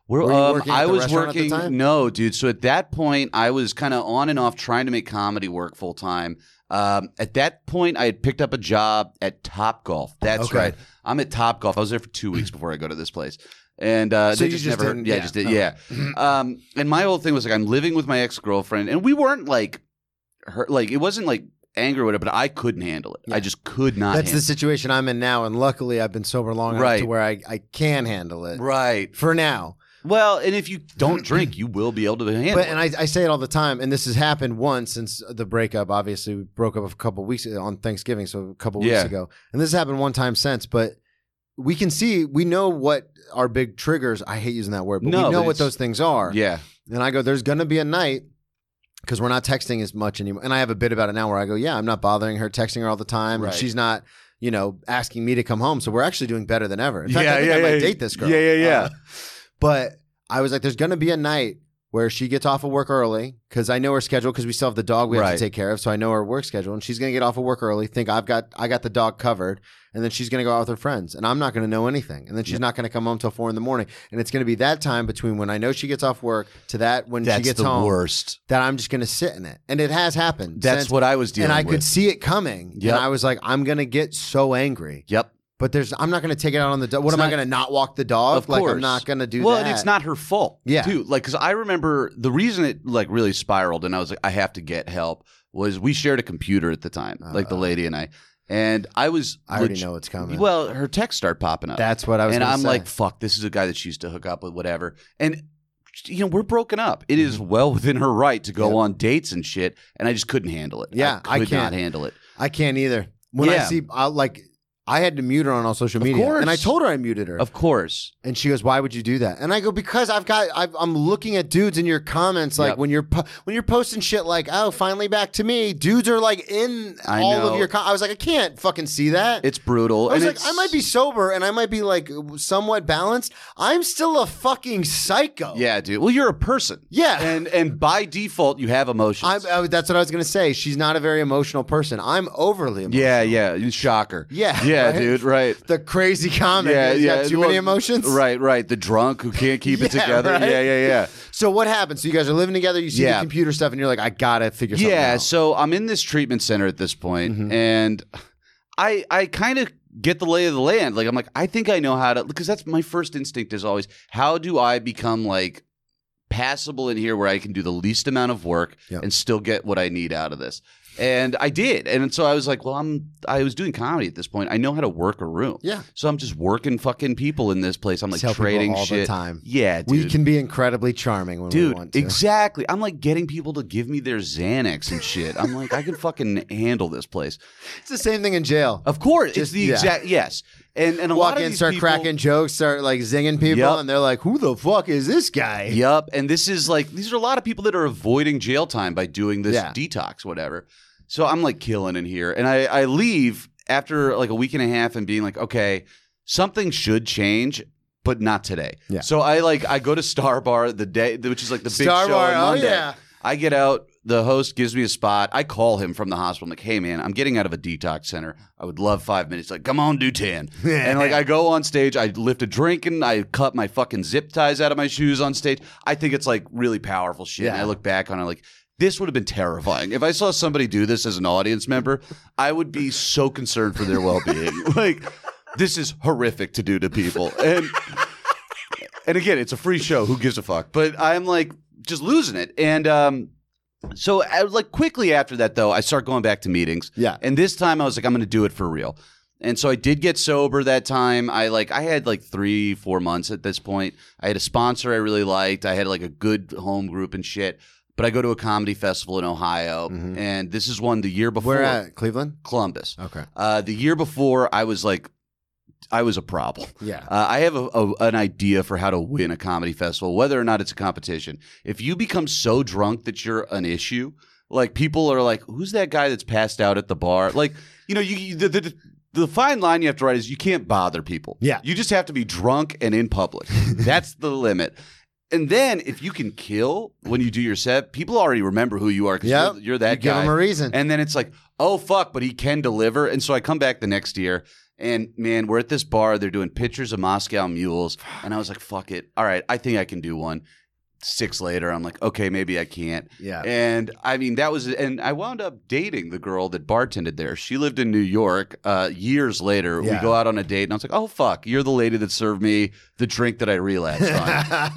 We're, Were you um, working at I the was restaurant at the working. time? No, dude. So at that point, I was kind of on and off trying to make comedy work full time. Um, at that point, I had picked up a job at Top Golf. That's Okay. right. I'm at Top Golf. I was there for two weeks before I go to this place, and uh, So they you just, just never. didn't- yeah, yeah. just did. Yeah. um, and my whole thing was like, I'm living with my ex girlfriend, and we weren't like, her, like it wasn't like anger or whatever, but I couldn't handle it. I just could not. That's the handle situation I'm in now, and luckily I've been sober long enough to Right. where I, I can handle it it. right. for now. Well, and if you don't drink, you will be able to handle But it. and I, I say it all the time, and this has happened once since the breakup. Obviously, we broke up a couple weeks on Thanksgiving, so a couple weeks Yeah. ago, and this has happened one time since. But we can see, we know what our big triggers. I hate using that word, but No, we know but what it's- those things are. yeah. And I go, there's gonna be a night because we're not texting as much anymore. And I have a bit about it now where I go, yeah, I'm not bothering her, texting her all the time, Right. and she's not, you know, asking me to come home. So we're actually doing better than ever. In fact, I think I might date this girl. Yeah, yeah, yeah. Uh, but I was like, there's going to be a night where she gets off of work early because I know her schedule because we still have the dog we have Right. to take care of. So I know her work schedule, and she's going to get off of work early, think I've got I got the dog covered, and then she's going to go out with her friends, and I'm not going to know anything, and then she's not going to come home till four in the morning, and it's going to be that time between when I know she gets off work to that when That's she gets the home worst. that I'm just going to sit in it, and it has happened. That's since- what I was dealing and I with. could see it coming, Yep. and I was like, I'm going to get so angry. yep. But there's, I'm not going to take it out on the dog. What It's am I not- going to not walk the dog? Of course. Like I'm not going to do well, that. and it's not her fault. Yeah. Too. Like, because I remember the reason it like really spiraled and I was like, I have to get help was we shared a computer at the time, like the lady and I. And I was. Uh. I already leg- know it's coming. Well, her texts start popping up. That's what I was. and gonna I'm say. like, fuck, this is a guy that she used to hook up with, whatever. And you know, we're broken up. It is well within her right to go Mm-hmm. Yep. on dates and shit. And I just couldn't handle it. Yeah, I I could can't. not handle it. I can't either. When I Yeah. see, I like, I had to mute her on all social Of media, course. and I told her I muted her, Of course. and she goes, "Why would you do that?" And I go, "Because I've got, I've, I'm looking at dudes in your comments, like Yep. when you're po- when you're posting shit, like, oh, finally back to me. Dudes are like in I all know. of your. Com- I was like, I can't fucking see that. It's brutal. I was and like, it's- I might be sober and I might be like somewhat balanced. I'm still a fucking psycho. Yeah, dude. Well, you're a person. Yeah. And and by default, you have emotions. I'm, I, that's what I was gonna say. She's not a very emotional person. I'm overly emotional. yeah, yeah. you- Shocker. Yeah, Yeah, right? dude. Right. The crazy comic. Yeah, Yeah, yeah. Got too Well, many emotions. Right, right. The drunk who can't keep it Yeah, together. right? Yeah, yeah, yeah. So what happens? So you guys are living together. You see the Yeah. computer stuff, and you're Mm-hmm. like, I gotta figure something yeah, out. so I'm in this treatment center at this point, and I I kind of get the lay of the land. Like I'm like I think I know how to because that's my first instinct is always how do I become like passable in here where I can do the least amount of work Yeah. and still get what I need out of this. And I did. And so I was like, well, I'm I was doing comedy at this point. I know how to work a room. Yeah. So I'm just working fucking people in this place. I'm like Tell people trading all the shit. time. Yeah, dude we can be incredibly charming when we dude want to. exactly i'm like getting people to give me their xanax and shit i'm like i can fucking handle this place It's the same thing in jail. of course it's Just- the yeah. exact yes and and a lot Walk of in, these start people- cracking jokes, start like zinging people, Yup. and they're like, "Who the fuck is this guy?" Yup. And this is like, these are a lot of people that are avoiding jail time by doing this Yeah. detox, whatever. So I'm like killing in here. And I, I leave after like a week and a half and being like, okay, something should change. But not today. Yeah. So I like I go to Star Bar the day, which is like the big Star show Bar, on oh, Monday. yeah. I get out. The host gives me a spot. I call him from the hospital. I'm like, hey man, I'm getting out of a detox center. I would love five minutes. Like, come on, do ten. and like I go on stage, I lift a drink and I cut my fucking zip ties out of my shoes on stage. I think it's like really powerful shit. And Yeah. I look back on it like this would have been terrifying. If I saw somebody do this as an audience member, I would be so concerned for their well being. like this is horrific to do to people. And and again, it's a free show. Who gives a fuck? But I'm like just losing it. And um so I, like quickly after that though, I start going back to meetings. Yeah. And this time I was like, I'm going to do it for real. And so I did get sober that time. I like I had like three, four months at this point. I had a sponsor I really liked. I had like a good home group and shit. But I go to a comedy festival in Ohio, and this is one the year before We're at Cleveland. Columbus. Okay. Uh, the year before, I was like, I was a problem. Yeah. Uh, I have a, a, an idea for how to win a comedy festival, whether or not it's a competition. If you become so drunk that you're an issue, like people are like, "Who's that guy that's passed out at the bar?" Like, you know, you, you the, the the fine line you have to write is you can't bother people. Yeah. you just have to be drunk and in public. that's the limit. And then if you can kill when you do your set, people already remember who you are because Yep. you're, you're that You give guy. them a reason. And then it's like, oh fuck, but he can deliver. And so I come back the next year, and man, we're at this bar. They're doing pictures of Moscow mules, and I was like, fuck it. All right, I think I can do one. Six later, I'm like, okay, maybe I can't. Yeah. And I mean, that was, and I wound up dating the girl that bartended there. She lived in New York. Uh, years later, we Yeah. go out on a date, and I was like, oh, fuck, you're the lady that served me the drink that I relapsed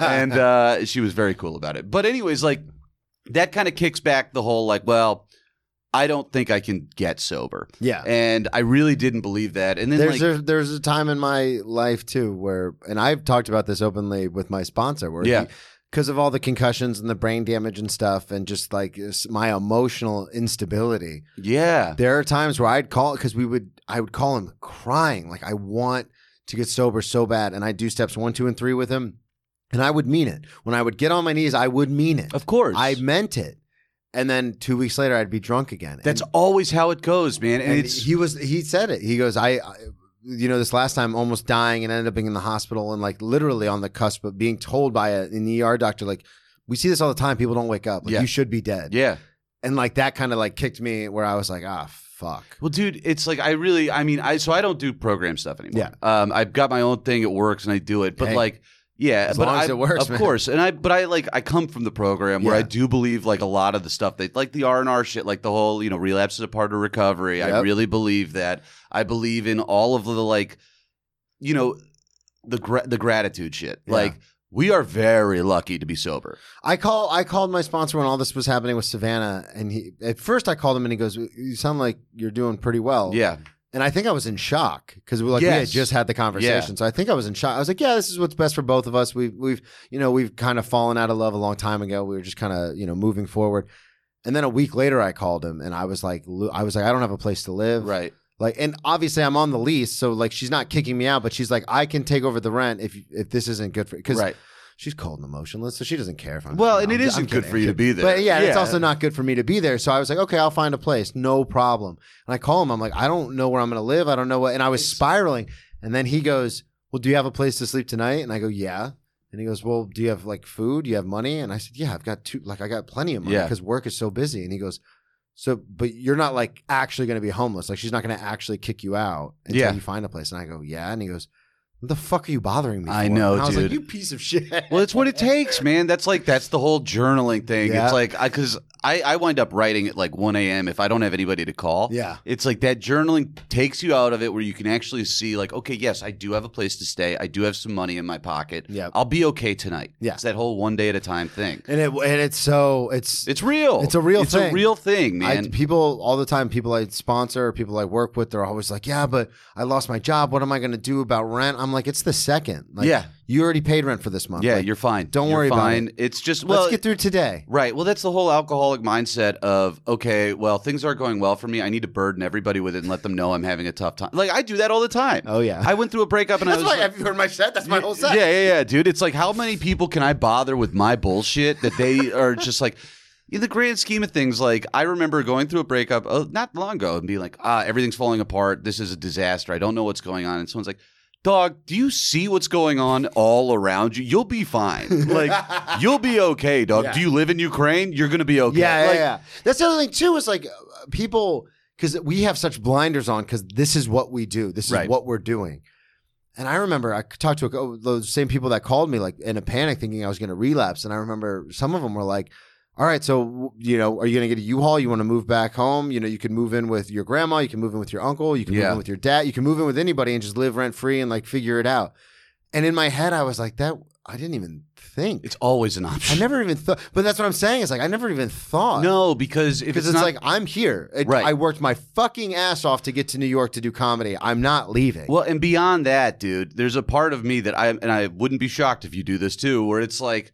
on. and uh, she was very cool about it. But, anyways, like, that kind of kicks back the whole, like, well, I don't think I can get sober. Yeah. And I really didn't believe that. And then, There's like, a, there's a time in my life too where, and I've talked about this openly with my sponsor, where Yeah. because of all the concussions and the brain damage and stuff, and just like this- my emotional instability, yeah. there are times where I'd call because we would I would call him crying like I want to get sober so bad, and I do steps one, two, and three with him, and I would mean it. When I would get on my knees, I would mean it. Of course. I meant it, and then two weeks later, I'd be drunk again. That's And- always how it goes, man. And, and it's, he was he said it. He goes, I, I, you know, this last time almost dying and ended up being in the hospital and like literally on the cusp of being told by a, an ER doctor like. We see this all the time. People don't wake up. Like, Yeah. You should be dead. yeah. And like that kind of like kicked me where I was like, ah, fuck. Well, dude, it's like I really, I mean, I so I don't do program stuff anymore. Yeah, um, I've got my own thing; it works, and I do it. But Hey. like, yeah, As but long I, as it works, of man. course. And I, but I like, I come from the program where Yeah. I do believe like a lot of the stuff they like the R and R shit, like the whole you know relapse is a part of recovery. I Yep. really believe that. I believe in all of the like, you know, the gra- the gratitude shit, Yeah. like. We are very lucky to be sober. I call I called my sponsor when all this was happening with Savannah, and he at first I called him and he goes, "You sound like you're doing pretty well." Yeah. And I think I was in shock because we like we had Yes. just had the conversation. So I think I was in shock. I was like, yeah, this is what's best for both of us. We've we've you know, we've kind of fallen out of love a long time ago. We were just kind of, you know, moving forward. And then a week later I called him and I was like lo- I was like I don't have a place to live. Right. Like and obviously I'm on the lease, so like she's not kicking me out, but she's like I can take over the rent if if this isn't good for cuz Right. she's cold and emotionless, so she doesn't care if I'm. Well, no, and it I'm- isn't I'm good kidding, for you I'm to be kidding. there. But yeah, and it's Yeah. also not good for me to be there. So I was like, okay, I'll find a place, no problem. And I call him. I'm like, I don't know where I'm going to live. I don't know what. And I was spiraling. And then he goes, "Well, do you have a place to sleep tonight?" And I go, "Yeah." And he goes, "Well, do you have like food? Do you have money?" And I said, "Yeah, I've got two. Like, I got plenty of money Yeah. because work is so busy." And he goes. So, but you're not like actually going to be homeless. Like, she's not going to actually kick you out until Yeah. you find a place. And I go, yeah. And he goes, what the fuck are you bothering me? I for?" know, And I was like, dude. you piece of shit. Well, it's what it takes, man. That's like that's the whole journaling thing. Yeah. It's like I because I, I wind up writing at like one a.m. if I don't have anybody to call. Yeah. it's like that journaling takes you out of it, where you can actually see like, okay, yes, I do have a place to stay. I do have some money in my pocket. Yep. I'll be okay tonight. Yeah. it's that whole one day at a time thing. and it and it's so it's It's real. It's a real It's thing. a real thing, I, man. people all the time. People I sponsor, people I work with, they're always like, "Yeah, but I lost my job. What am I going to do about rent?" I'm like, "It's the second. Like, Yeah. you already paid rent for this month. yeah, Like, you're fine. don't You're worry about fine. it. It's just well, let's get through today. Right. Well, that's the whole alcoholic mindset of okay, well, things aren't going well for me. I need to burden everybody with it and let them know I'm having a tough time. Like I do that all the time. Oh, yeah. I went through a breakup and I was like, you heard my set? That's my whole yeah, yeah, yeah, dude. It's like how many people can I bother with my bullshit that they are just like. In the grand scheme of things, like I remember going through a breakup oh, not long ago and being like, ah, everything's falling apart. This is a disaster. I don't know what's going on. And someone's like, dog, do you see what's going on all around you? You'll be fine. Like, you'll be okay, dog. Yeah. Do you live in Ukraine? You're going to be okay. Yeah, yeah, Like, yeah. That's the other thing too. Is like uh, people because we have such blinders on because this is what we do. This is Right. what we're doing. And I remember I talked to a, oh, those same people that called me like in a panic, thinking I was going to relapse. And I remember some of them were like, "All right, so you know, are you going to get a U-Haul? You want to move back home? You know, you can move in with your grandma, you can move in with your uncle, you can move Yeah. in with your dad, you can move in with anybody and just live rent free and like figure it out." And in my head, I was like, "That I didn't even think. It's always an I option. never even thought." But that's what I'm saying. It's like I never even thought no, because if because it's, it's, not, like I'm here. It- Right. I worked my fucking ass off to get to New York to do comedy. I'm not leaving. Well, and beyond that, dude, there's a part of me that I and I wouldn't be shocked if you do this too, where it's like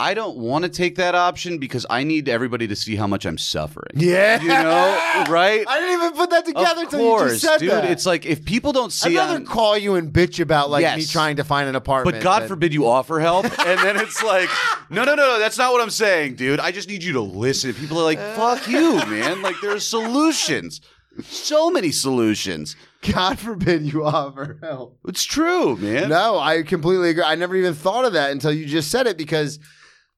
I don't want to take that option because I need everybody to see how much I'm suffering. yeah, You know, right? I didn't even put that together of until course, you just said dude. that. It's like if people don't I'd see rather on- call you and bitch about like me Yes. trying to find an apartment. but God than- forbid you offer help, and then it's like, no, no, no, no, that's not what I'm saying, dude. I just need you to listen. People are like, fuck you, man. Like there are solutions, so many solutions. God forbid you offer help. It's true, man. No, I completely agree. I never even thought of that until you just said it because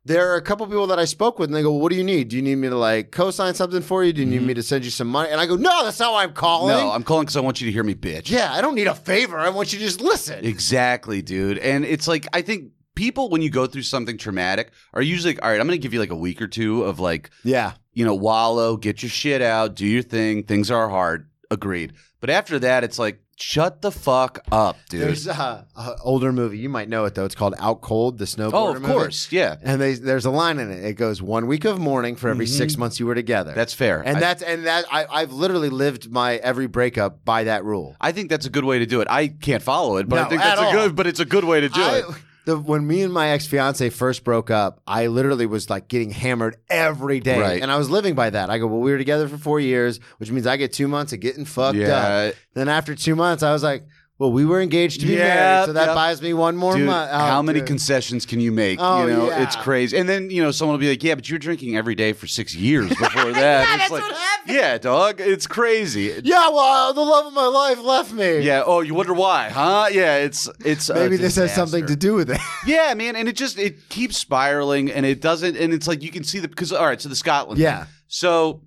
there are a couple people that I spoke with, and they go, "What do you need? Do you need me to like co-sign something for you? Do you need me to send you some money?" And I go, "No, that's not why I'm calling. Mm-hmm. No, I'm calling because I want you to hear me, bitch. yeah, I don't need a favor. I want you to just listen." Exactly, dude. And it's like I think people when you go through something traumatic are usually like, all right, I'm gonna give you like a week or two of like, yeah, you know, wallow, get your shit out, do your thing. Things are hard. Agreed. But after that, it's like, shut the fuck up, dude. there's a, a older movie you might know it though. It's called Out Cold, the snowboarder. oh, of movie. course. Yeah. And they, there's a line in it. It goes one week of mourning for every six months you were together. Mm-hmm. That's fair. and I- that's and that I, I've literally lived my every breakup by that rule. I think that's a good way to do it. I can't follow it, but No, I think at that's a all. good but it's a good way to do I- it. The, when me and my ex fiance first broke up, I literally was like getting hammered every day, Right. and I was living by that. I go, well, we were together for four years, which means I get two months of getting fucked Yeah. up. Then after two months, I was like, well, we were engaged to be Yeah, married, so that yep. buys me one more Dude, month. Oh, how many dude. concessions can you make? Oh, you know, yeah. it's crazy. And then you know, someone will be like, "Yeah, but you were drinking every day for six years before that." it's like, Yeah, dog, it's crazy. yeah, well, uh, the love of my life left me. Yeah. Oh, you wonder why, huh? Yeah. It's it's a maybe this has disaster. something to do with it. Yeah, man. And it just it keeps spiraling, and it doesn't. And it's like you can see the because all right. So the Scotland. Yeah. thing. So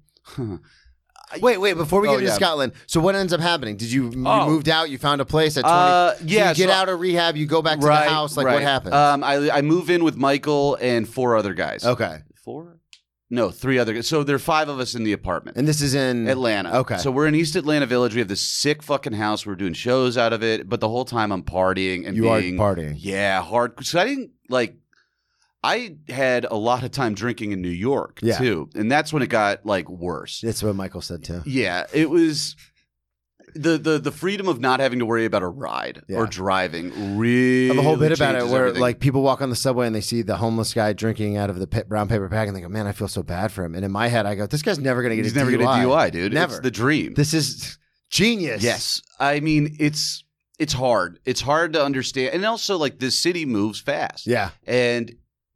Wait, wait. Before we Oh, get into yeah. Scotland, so what ends up happening? Did you you Oh. moved out? You found a place at twenty? Uh, yeah, you get so- out of rehab. You go back to right, the house. Like what right. happened? Um, I I move in with Michael and four other guys. okay, Four? No, three other guys. So there are five of us in the apartment. and this is in Atlanta. Okay, So we're in East Atlanta Village. We have this sick fucking house. We're doing shows out of it, but the whole time I'm partying and you are being- partying. Yeah, hard. So I didn't like. I had a lot of time drinking in New York Yeah. too, and that's when it got like worse. That's what Michael said too. Yeah, it was the the the freedom of not having to worry about a ride Yeah. or driving. Really, I have a whole bit about it changes where everything. like people walk on the subway and they see the homeless guy drinking out of the pa- brown paper bag and they go, "Man, I feel so bad for him." And in my head, I go, "This guy's never going to get he's a never DUI. gonna DUI, dude. Never. It's the dream. This is genius." Yes. I mean, it's it's hard. It's hard to understand. And also like this city moves fast. Yeah. And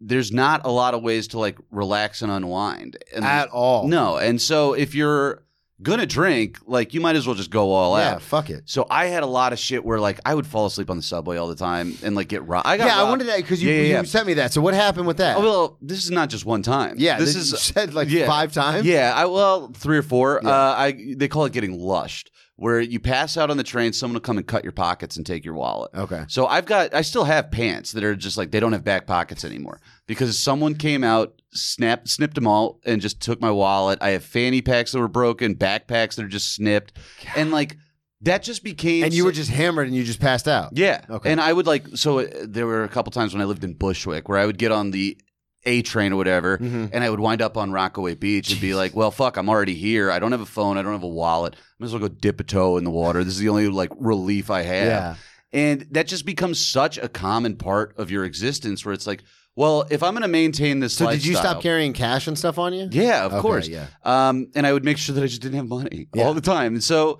there's not a lot of ways to like relax and unwind. And At all. No. And so if you're gonna drink, like you might as well just go all Yeah. out. Fuck it. So I had a lot of shit where like I would fall asleep on the subway all the time and like get robbed. I got Yeah, I robbed. wanted that because you, Yeah, yeah, you yeah. sent me that. So what happened with that? Oh, well, this is not just one time. yeah, this, you is said like yeah. five times. Yeah, I well, three or four. Yeah. Uh, I they call it getting lushed, where you pass out on the train, someone will come and cut your pockets and take your wallet. Okay. So I've got I still have pants that are just like they don't have back pockets anymore because someone came out, snapped snipped them all and just took my wallet. I have fanny packs that were broken, backpacks that are just snipped. And like that just became And you so- were just hammered and you just passed out. yeah. Okay. And I would like so uh, there were a couple times when I lived in Bushwick where I would get on the A train or whatever Mm-hmm. and I would wind up on Rockaway Beach and be like, "Well, fuck, I'm already here. I don't have a phone. I don't have a wallet. I might as well go dip a toe in the water. This is the only like relief I have." Yeah. And that just becomes such a common part of your existence where it's like, "Well, if I'm going to maintain this So did you lifestyle- stop carrying cash and stuff on you? Yeah, of Okay, course. yeah. Um, and I would make sure that I just didn't have money Yeah. all the time. And so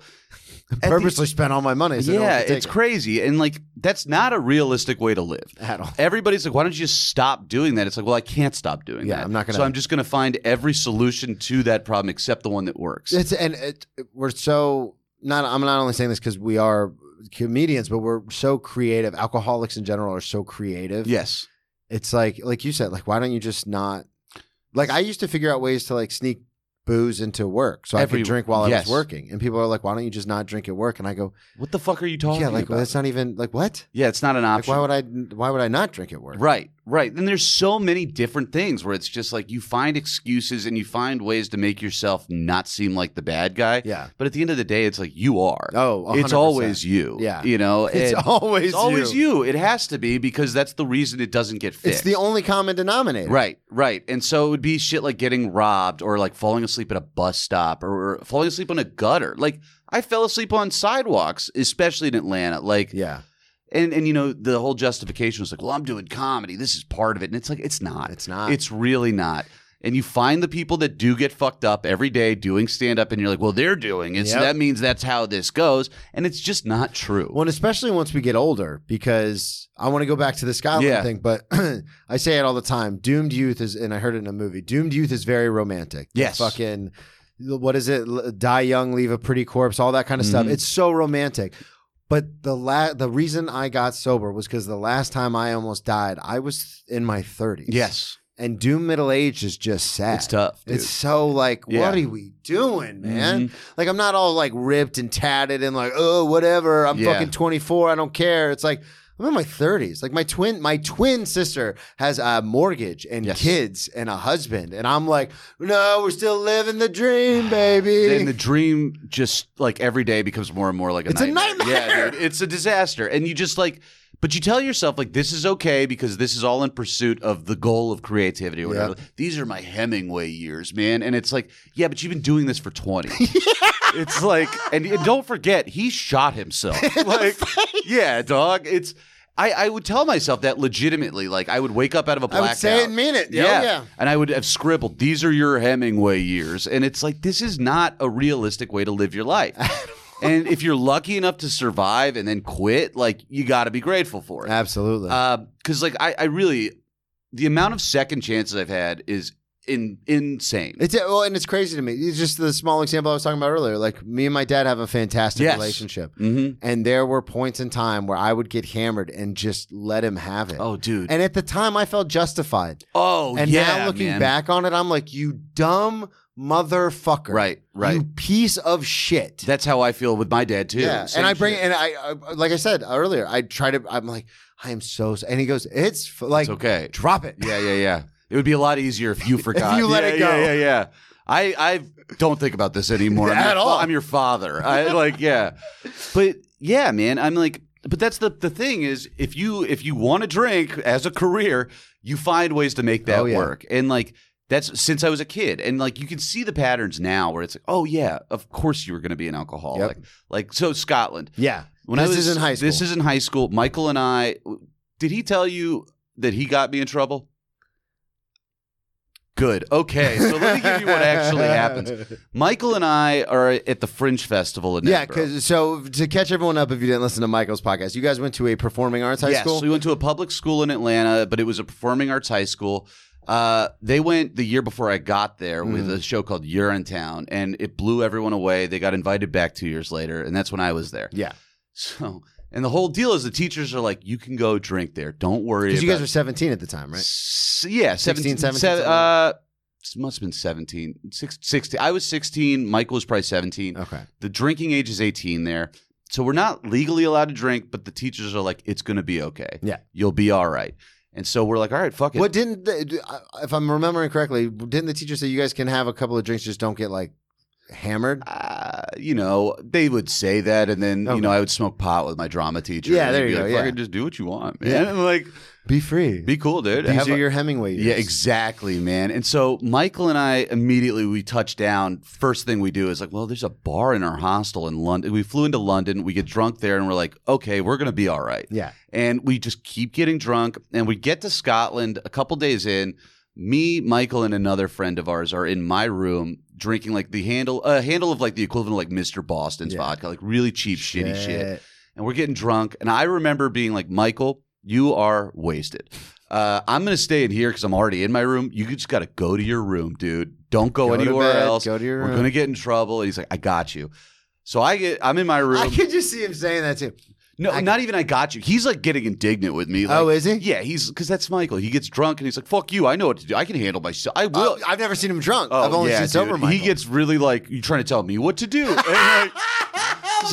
at the- Purposely spent all my money. So no one yeah, could "Oh, take it's it. crazy. And like that's not a realistic way to live. At all. Everybody's like, why don't you just stop doing that? It's like, well, I can't stop doing Yeah, that. I'm not gonna- So I'm just gonna find every solution to that problem except the one that works. It's and it, we're so not. I'm not only saying this because we are comedians, but we're so creative. Alcoholics in general are so creative. yes. it's like like you said. Like, why don't you just not? Like, I used to figure out ways to like sneak booze into work so I Every- could drink while I yes. was working. And people are like, why don't you just not drink at work? And I go, What the fuck are you talking yeah, like about? well, that's not even like what? yeah, it's not an Like, option. why would I? Why would I not drink at work? Right, right. Then there's so many different things where it's just like you find excuses and you find ways to make yourself not seem like the bad guy. Yeah. But at the end of the day, it's like you are. Oh, 100%. it's always you. Yeah. You know, It's and always it's always you. It has to be because that's the reason it doesn't get fixed. It's the only common denominator. Right, right. And so it would be shit like getting robbed or like falling asleep at a bus stop or falling asleep on a gutter. Like I fell asleep on sidewalks, especially in Atlanta. Like Yeah. and and you know the whole justification was like, well, I'm doing comedy. This is part of it, and it's like it's not. It's not. It's really not. And you find the people that do get fucked up every day doing stand up, and you're like, well, they're doing it, so Yep. that means that's how this goes, and it's just not true. Well, and especially once we get older, because I want to go back to the Scotland Yeah. thing, but I say it all the time. Doomed youth is, and I heard it in a movie. Doomed youth is very romantic. The Yes. fucking, what is it? L- Die young, leave a pretty corpse. All that kind of stuff. Mhm. It's so romantic. But the la- the reason I got sober was because the last time I almost died, I was in my thirties. yes, And doom middle age is just sad. It's tough, dude. It's so like, Yeah. Mm-hmm. what are we doing, man? Like, I'm not all like ripped and tatted and like, oh, whatever. I'm Yeah. fucking 24. I don't care. It's like I'm in my 30s. Like my twin, my twin sister has a mortgage and Yes. kids and a husband, and I'm like, no, we're still living the dream, baby. Then the dream just like every day becomes more and more like a It's a nightmare. nightmare! Yeah, dude, it's a disaster. And you just like, but you tell yourself like this is okay because this is all in pursuit of the goal of creativity or whatever. These are my Hemingway years, man. And it's like, yeah, but you've been doing this for twenty. It's like, and, and don't forget, he shot himself. Like, yeah, dog. It's. I, I would tell myself that legitimately. Like I would wake up out of a I blackout. would say it and mean it. Yeah, oh, yeah. And I would have scribbled, these are your Hemingway years. And it's like, this is not a realistic way to live your life. and if you're lucky enough to survive and then quit, like, you got to be grateful for it. Absolutely. Because, like, I, I really, the amount of second chances I've had is in, insane. It's well, and it's crazy to me. It's just the small example I was talking about earlier. Like me and my dad have a fantastic Yes. relationship, Mhm. and there were points in time where I would get hammered and just let him have it. Oh, dude. And at the time, I felt justified. oh, and yeah. now looking man. back on it, I'm like, you dumb motherfucker! Right, right. You piece of shit. That's how I feel with my dad, too. yeah, Same and I bring shit. and I, I like I said earlier, I try to. I'm like, I am so. s-" And he goes, it's f- like, It's okay. drop it. Yeah, yeah, yeah. It would be a lot easier if you forgot. you let Yeah, it go. Yeah, yeah, yeah. I, I don't think about this anymore I'm At your fa- all. I'm your father. I like, yeah. But yeah, man, I'm like, but that's the the thing is, if you if you want to drink as a career, you find ways to make that Oh, yeah. work, and like. That's since I was a kid, and like you can see the patterns now, where it's like, oh yeah, of course you were going to be an alcoholic. Like so, Scotland. Yeah. When this I was is in high school. This is in high school. Michael and I. Did he tell you that he got me in trouble? Good. Okay. So let me give you what actually happens. Michael and I are at the Fringe Festival in Yeah, Edinburgh. because so to catch everyone up, if you didn't listen to Michael's podcast, you guys went to a performing arts high yes, school. we went to a public school in Atlanta, but it was a performing arts high school. Uh, they went the year before I got there with Mm. a show called Urinetown, and it blew everyone away. They got invited back two years later, and that's when I was there. yeah, So, and the whole deal is the teachers are like, "You can go drink there. Don't worry." because you guys about were 17 at the time, right? S- yeah, 16, 17, 17, sev- something like uh, it must have been 17, six, 16. I was 16. Michael was probably 17. Okay. The drinking age is 18 there. So we're not legally allowed to drink, but the teachers are like, it's going to be okay. Yeah. You'll be all right. And so we're like, all right, fuck it. What didn't, the, if I'm remembering correctly, didn't the teacher say you guys can have a couple of drinks, just don't get like hammered? Uh, you know, they would say that. And then, Okay. you know, I would smoke pot with my drama teacher. Oh. Yeah, and there he'd you be go, Like, yeah. Fucking just do what you want, man. Yeah. And I'm like, Be free. be cool, dude. These Have are a- your Hemingway. Years. Yeah, exactly, man. And so Michael and I immediately we touch down. First thing we do is like, well, there's a bar in our hostel in London. We flew into London. We get drunk there, and we're like, okay, we're gonna be all right. Yeah. And we just keep getting drunk, and we get to Scotland a couple days in. Me, Michael, and another friend of ours are in my room drinking like the handle, a handle of like the equivalent of like Mr. Boston's Yeah. vodka, like really cheap, shitty shit and we're getting drunk. And I remember being like, Michael, you are wasted. Uh, I'm gonna stay in here because I'm already in my room. You just gotta go to your room, dude. Don't go, Go to anywhere bed, else. go to your we're room. gonna get in trouble. And he's like, I got you. So I get, I'm in my room. I could just see him saying that too. no, I- not even I got you. He's like getting indignant with me. Like, Oh, is he? Yeah, he's because that's Michael. He gets drunk and he's like, "Fuck you! I know what to do. I can handle myself. I will." Oh, I've never seen him drunk. Oh, I've only yeah, seen dude. sober Michael. He gets really like, you trying to tell me what to do. And, like, it's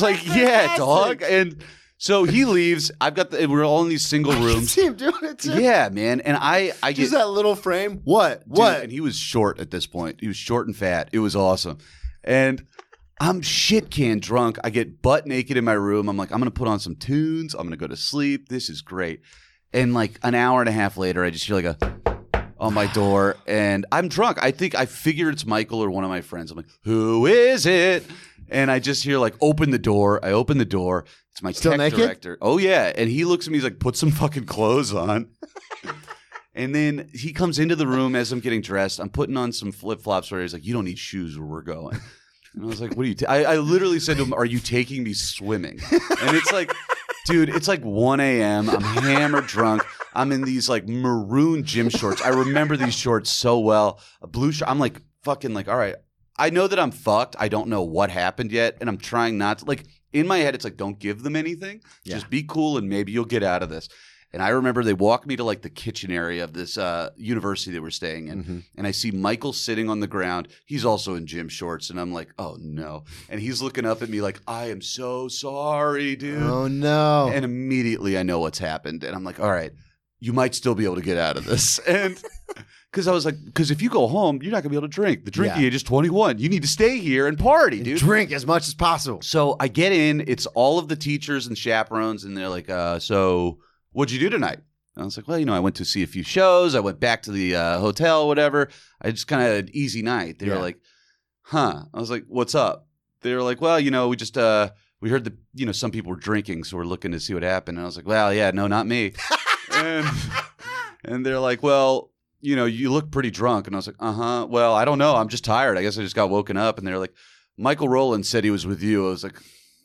Oh like, yeah, dog. And so he leaves. I've got the, and we're all in these single I could rooms. see him doing it too. yeah, man. And I, I get Just that little frame. What? dude, What? and he was short at this point. He was short and fat. It was awesome. And I'm shit can drunk. I get butt naked in my room. I'm like, I'm gonna put on some tunes. I'm gonna go to sleep. This is great. And like an hour and a half later, I just hear like a on my door, and I'm drunk. I think I figure it's Michael or one of my friends. I'm like, who is it? And I just hear like, open the door. I open the door. It's my Still tech naked? director. Oh yeah, and he looks at me. He's like, put some fucking clothes on. And then he comes into the room as I'm getting dressed. I'm putting on some flip flops where he's like, "You don't need shoes where we're going." And I was like, "What are you?" Ta-? I, I literally said to him, "Are you taking me swimming?" And it's like, dude, it's like 1 a.m. I'm hammered, drunk. I'm in these like maroon gym shorts. I remember these shorts so well. A blue shirt. I'm like fucking like, all right. I know that I'm fucked. I don't know what happened yet, and I'm trying not to like. In my head, it's like, don't give them anything. Yeah. Just be cool, and maybe you'll get out of this. And I remember they walked me to like the kitchen area of this uh, university they were staying Mm. in. And I see Michael sitting on the ground. He's also in gym shorts. And I'm like, oh no. And he's looking up at me like, I am so sorry, dude. Oh no. And immediately I know what's happened. And I'm like, all right, you might still be able to get out of this. And because I was like, because if you go home, you're not going to be able to drink. The drinking Yeah. age is 21. You need to stay here and party, dude. Drink as much as possible. So I get in, it's all of the teachers and chaperones, and they're like, uh, so what'd you do tonight? And I was like, well, you know, I went to see a few shows. I went back to the uh, hotel, whatever. I just kind of had an easy night. They Yeah. were like, huh. I was like, what's up? They were like, well, you know, we just, uh, we heard that, you know, some people were drinking, so we're looking to see what happened. And I was like, well, yeah, no, not me. and, and they're like, well, you know, you look pretty drunk. And I was like, uh huh. Well, I don't know. I'm just tired. I guess I just got woken up. And they're like, Michael Rowland said he was with you. I was like,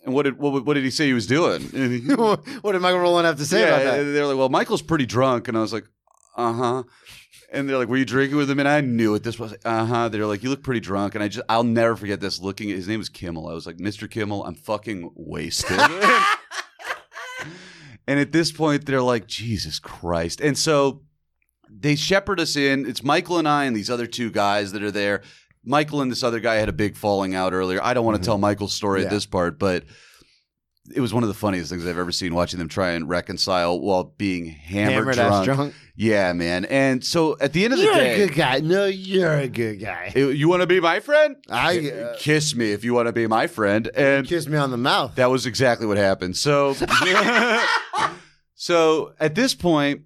and what did what, what did he say he was doing? And he, what did Michael Rowland have to say about that? and they're like, well, Michael's pretty drunk, and I was like, uh huh. And they're like, were you drinking with him? And I knew it. This was uh huh. They're like, you look pretty drunk, and I just I'll never forget this. Looking at his name was Kimmel. I was like, Mr. Kimmel, I'm fucking wasted. and at this point, they're like, Jesus Christ. And so they shepherd us in. It's Michael and I and these other two guys that are there. Michael and this other guy had a big falling out earlier. I don't want to tell Michael's story Mm-hmm. Yeah. at this part, but it was one of the funniest things I've ever seen watching them try and reconcile while being hammered, ass drunk. Yeah, man. And so at the end of the You're day, a good guy. No, you're a good guy. it- you want to be my friend? I uh, Kiss me if you want to be my friend. And kiss me on the mouth. that was exactly what happened. So, so at this point,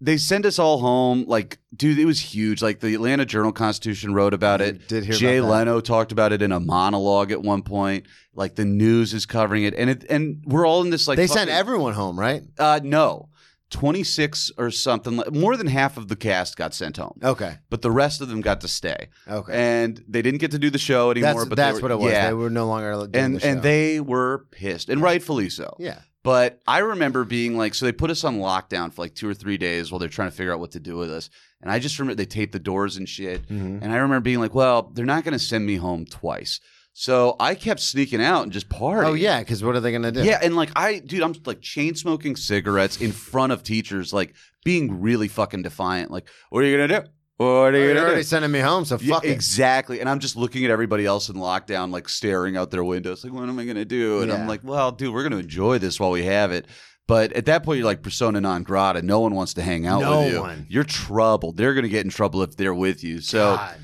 they send us all home. Like, dude, it was huge. Like the Atlanta Journal Constitution wrote about I it. did hear Jay about that. Leno talked about it in a monologue at one point. Like the news is covering it, and it and we're all in this like they sent fucking- everyone home, right? uh, no. 26 or something like more than half of the cast got sent home Okay. but the rest of them got to stay Okay. and they didn't get to do the show anymore that's but they that's were- what it was. yeah. They were no longer doing and the show. and they were pissed and rightfully so yeah. but I remember being like, so they put us on lockdown for like two or three days while they're trying to figure out what to do with us. And I just remember they taped the doors Mm-hmm. and shit. And I remember being like, well, they're not going to send me home twice. So I kept sneaking out and just partying. Oh yeah, because what are they gonna do? Yeah. And like, I, dude, I'm like chain smoking cigarettes in front of teachers, like being really fucking defiant. Like, what are you going to do? What are They're you going to Oh, already do? sending me home, so Yeah, fuck it. exactly. And I'm just looking at everybody else in lockdown, like staring out their windows, like, what am I going to do? And Yeah. I'm like, well, dude, we're going to enjoy this while we have it. But at that point, you're like persona non grata. No one wants to hang out No with you. one. You're troubled. They're going to get in trouble if they're with you. So, God.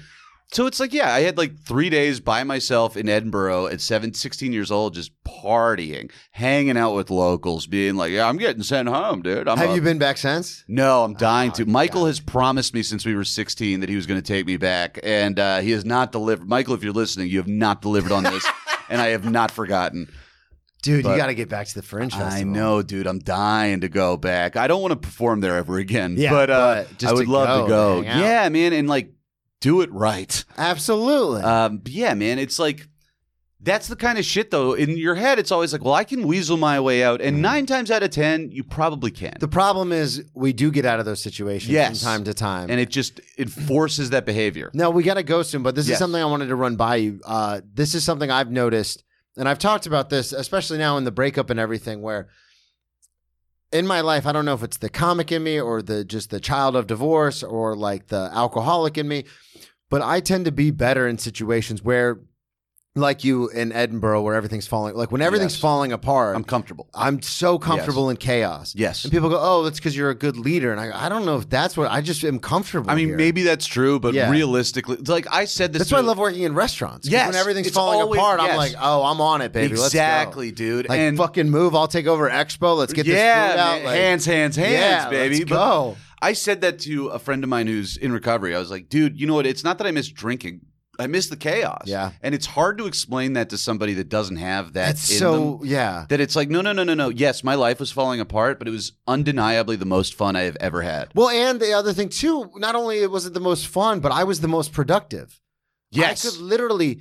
so it's like, yeah, I had like three days by myself in Edinburgh at seven, 16 years old, just partying, hanging out with locals, being like, yeah, I'm getting sent home, dude. I'm have a- you been back since? no, I'm dying Oh, to. Michael God. has promised me since we were 16 that he was going to take me back, and uh, he has not delivered. Michael, if you're listening, you have not delivered on this, and I have not forgotten. Dude, you But- got to get back to the Fringe Festival. I know, dude. I'm dying to go back. I don't want to perform there ever again, Yeah, but, uh, but just I would to love go to go. and hang out. Yeah, man, and like do it right. Absolutely. Um, but yeah, man, it's like that's the kind of shit though. In your head, it's always like, well, I can weasel my way out, and nine times out of ten, you probably can. Mm-hmm. the problem is we do get out of those situations Yes. from time to time. and it just it forces that behavior. No, we got to go soon, but this is Yes. something I wanted to run by you. Uh, this is something I've noticed, and I've talked about this, especially now in the breakup and everything, where in my life, I don't know if it's the comic in me or the just the child of divorce or like the alcoholic in me, but I tend to be better in situations where, like you in Edinburgh, where everything's falling, like when everything's Yes. falling apart, I'm I'm, comfortable. so comfortable in chaos. Yes. And people go, oh, that's because you're a good leader. And I, go, I don't know if that's what I just am comfortable. I mean, here. maybe that's true, but Yeah. realistically, it's like I said this. That's why I to- love working in restaurants. 'cause Yes, When everything's it's falling always- apart, I'm yes. like, oh, I'm on it, baby. Let's go." exactly, dude. Like, and fucking move. I'll take over Expo. Let's get yeah, this food out. man, Like, hands, hands, hands, yeah, baby. Let's But go. I said that to a friend of mine who's in recovery. I was like, dude, you know what? It's not that I miss drinking. I miss the chaos. Yeah. and it's hard to explain that to somebody that doesn't have that. That's in so, them. yeah. That it's like, no, no, no, no, no. Yes, my life was falling apart, but it was undeniably the most fun I have ever had. Well, and the other thing, too, not only was it the most fun, but I was the most productive. Yes. I could literally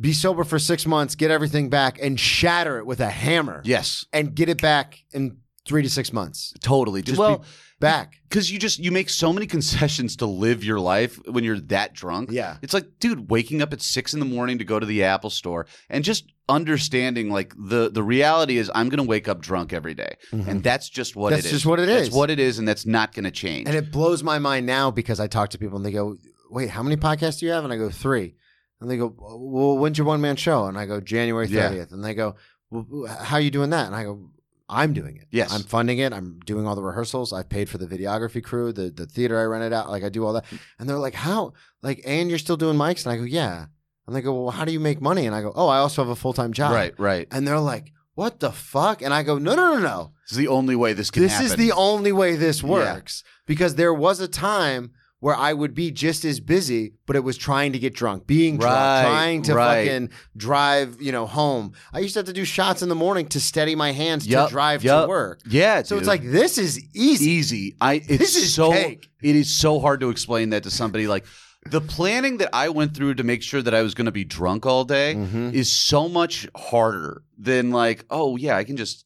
be sober for six months, get everything back, and shatter it with a hammer Yes. and get it back in three to six months. Totally. Just Well- be, Back. because you just you make so many concessions to live your life when you're that drunk. Yeah. It's like, dude, waking up at six in the morning to go to the Apple store and just understanding like the the reality is I'm gonna wake up drunk every day. And that's just what Mm-hmm. That's it is. just what it That's is. what it is, and that's not gonna change. And it blows my mind now because I talk to people and they go, "Wait, how many podcasts do you have?" And I go, three. And they go, "Well, when's your one man show?" And I go, "January Yeah. 30th." And they go, well, "How are you doing that?" And I go, "I'm doing it. Yes. I'm funding it. I'm doing all the rehearsals. I've paid for the videography crew, the the theater I rented out. Like I do all that." And they're like, "How? Like, and you're still doing mics?" And I go, "Yeah." And they go, "Well, how do you make money?" And I go, "Oh, I also have a full time job." Right, right. And they're like, "What the fuck?" And I go, "No, no, no, no." It's the only way this can this happen. is the only way this Yeah. works because there was a time where I would be just as busy, but it was trying to get drunk, being drunk, Right, trying to right. fucking drive, you know, home. I used to have to do shots in the morning to steady my hands Yup, to drive to yup. work. Yeah. So it's dude. E- like this is easy. easy. I it's This is so cake. it is so hard to explain that to somebody like the planning that I went through to make sure that I was going to be drunk all day Mhm. is so much harder than like, oh yeah, I can just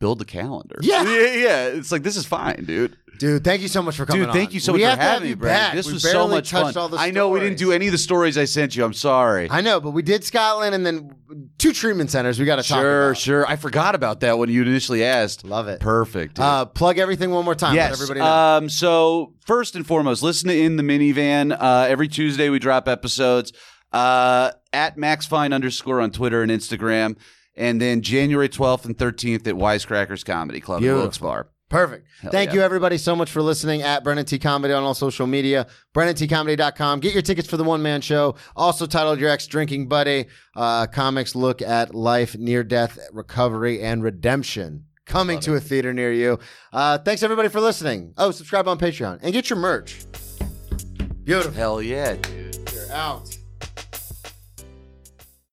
build the calendar. Yeah. yeah, yeah. It's like this is fine, dude. Dude, thank you so much for coming Dude, thank on. you so We have much for to have having me, you Brad. back. This We was so barely much touched fun. all the I know we didn't do stories. any of the stories I sent you. I'm sorry. I know, but we did Scotland and then two treatment centers we got to talk sure, about. sure. I forgot about that when you initially asked. Love it. Perfect. dude. Uh, plug everything one more time. Let Yes. everybody know. Um, so first and foremost, listen to in the minivan. Uh, every Tuesday we drop episodes uh, at maxfine underscore on Twitter and Instagram, and then January twelfth and thirteenth at Wisecrackers Comedy Club in Beautiful. Wilkes Bar. Perfect. Hell Thank yeah. you, everybody, so much for listening at Brennan T Comedy on all social media. BrennanTComedy.com. Get your tickets for the one man show, also titled Your Ex Drinking Buddy. Uh, comics look at life, near death, recovery, and redemption. Coming to a theater near you. Uh, thanks, everybody, for listening. Oh, subscribe on Patreon and get your merch. Beautiful. Hell yeah, dude. You're out.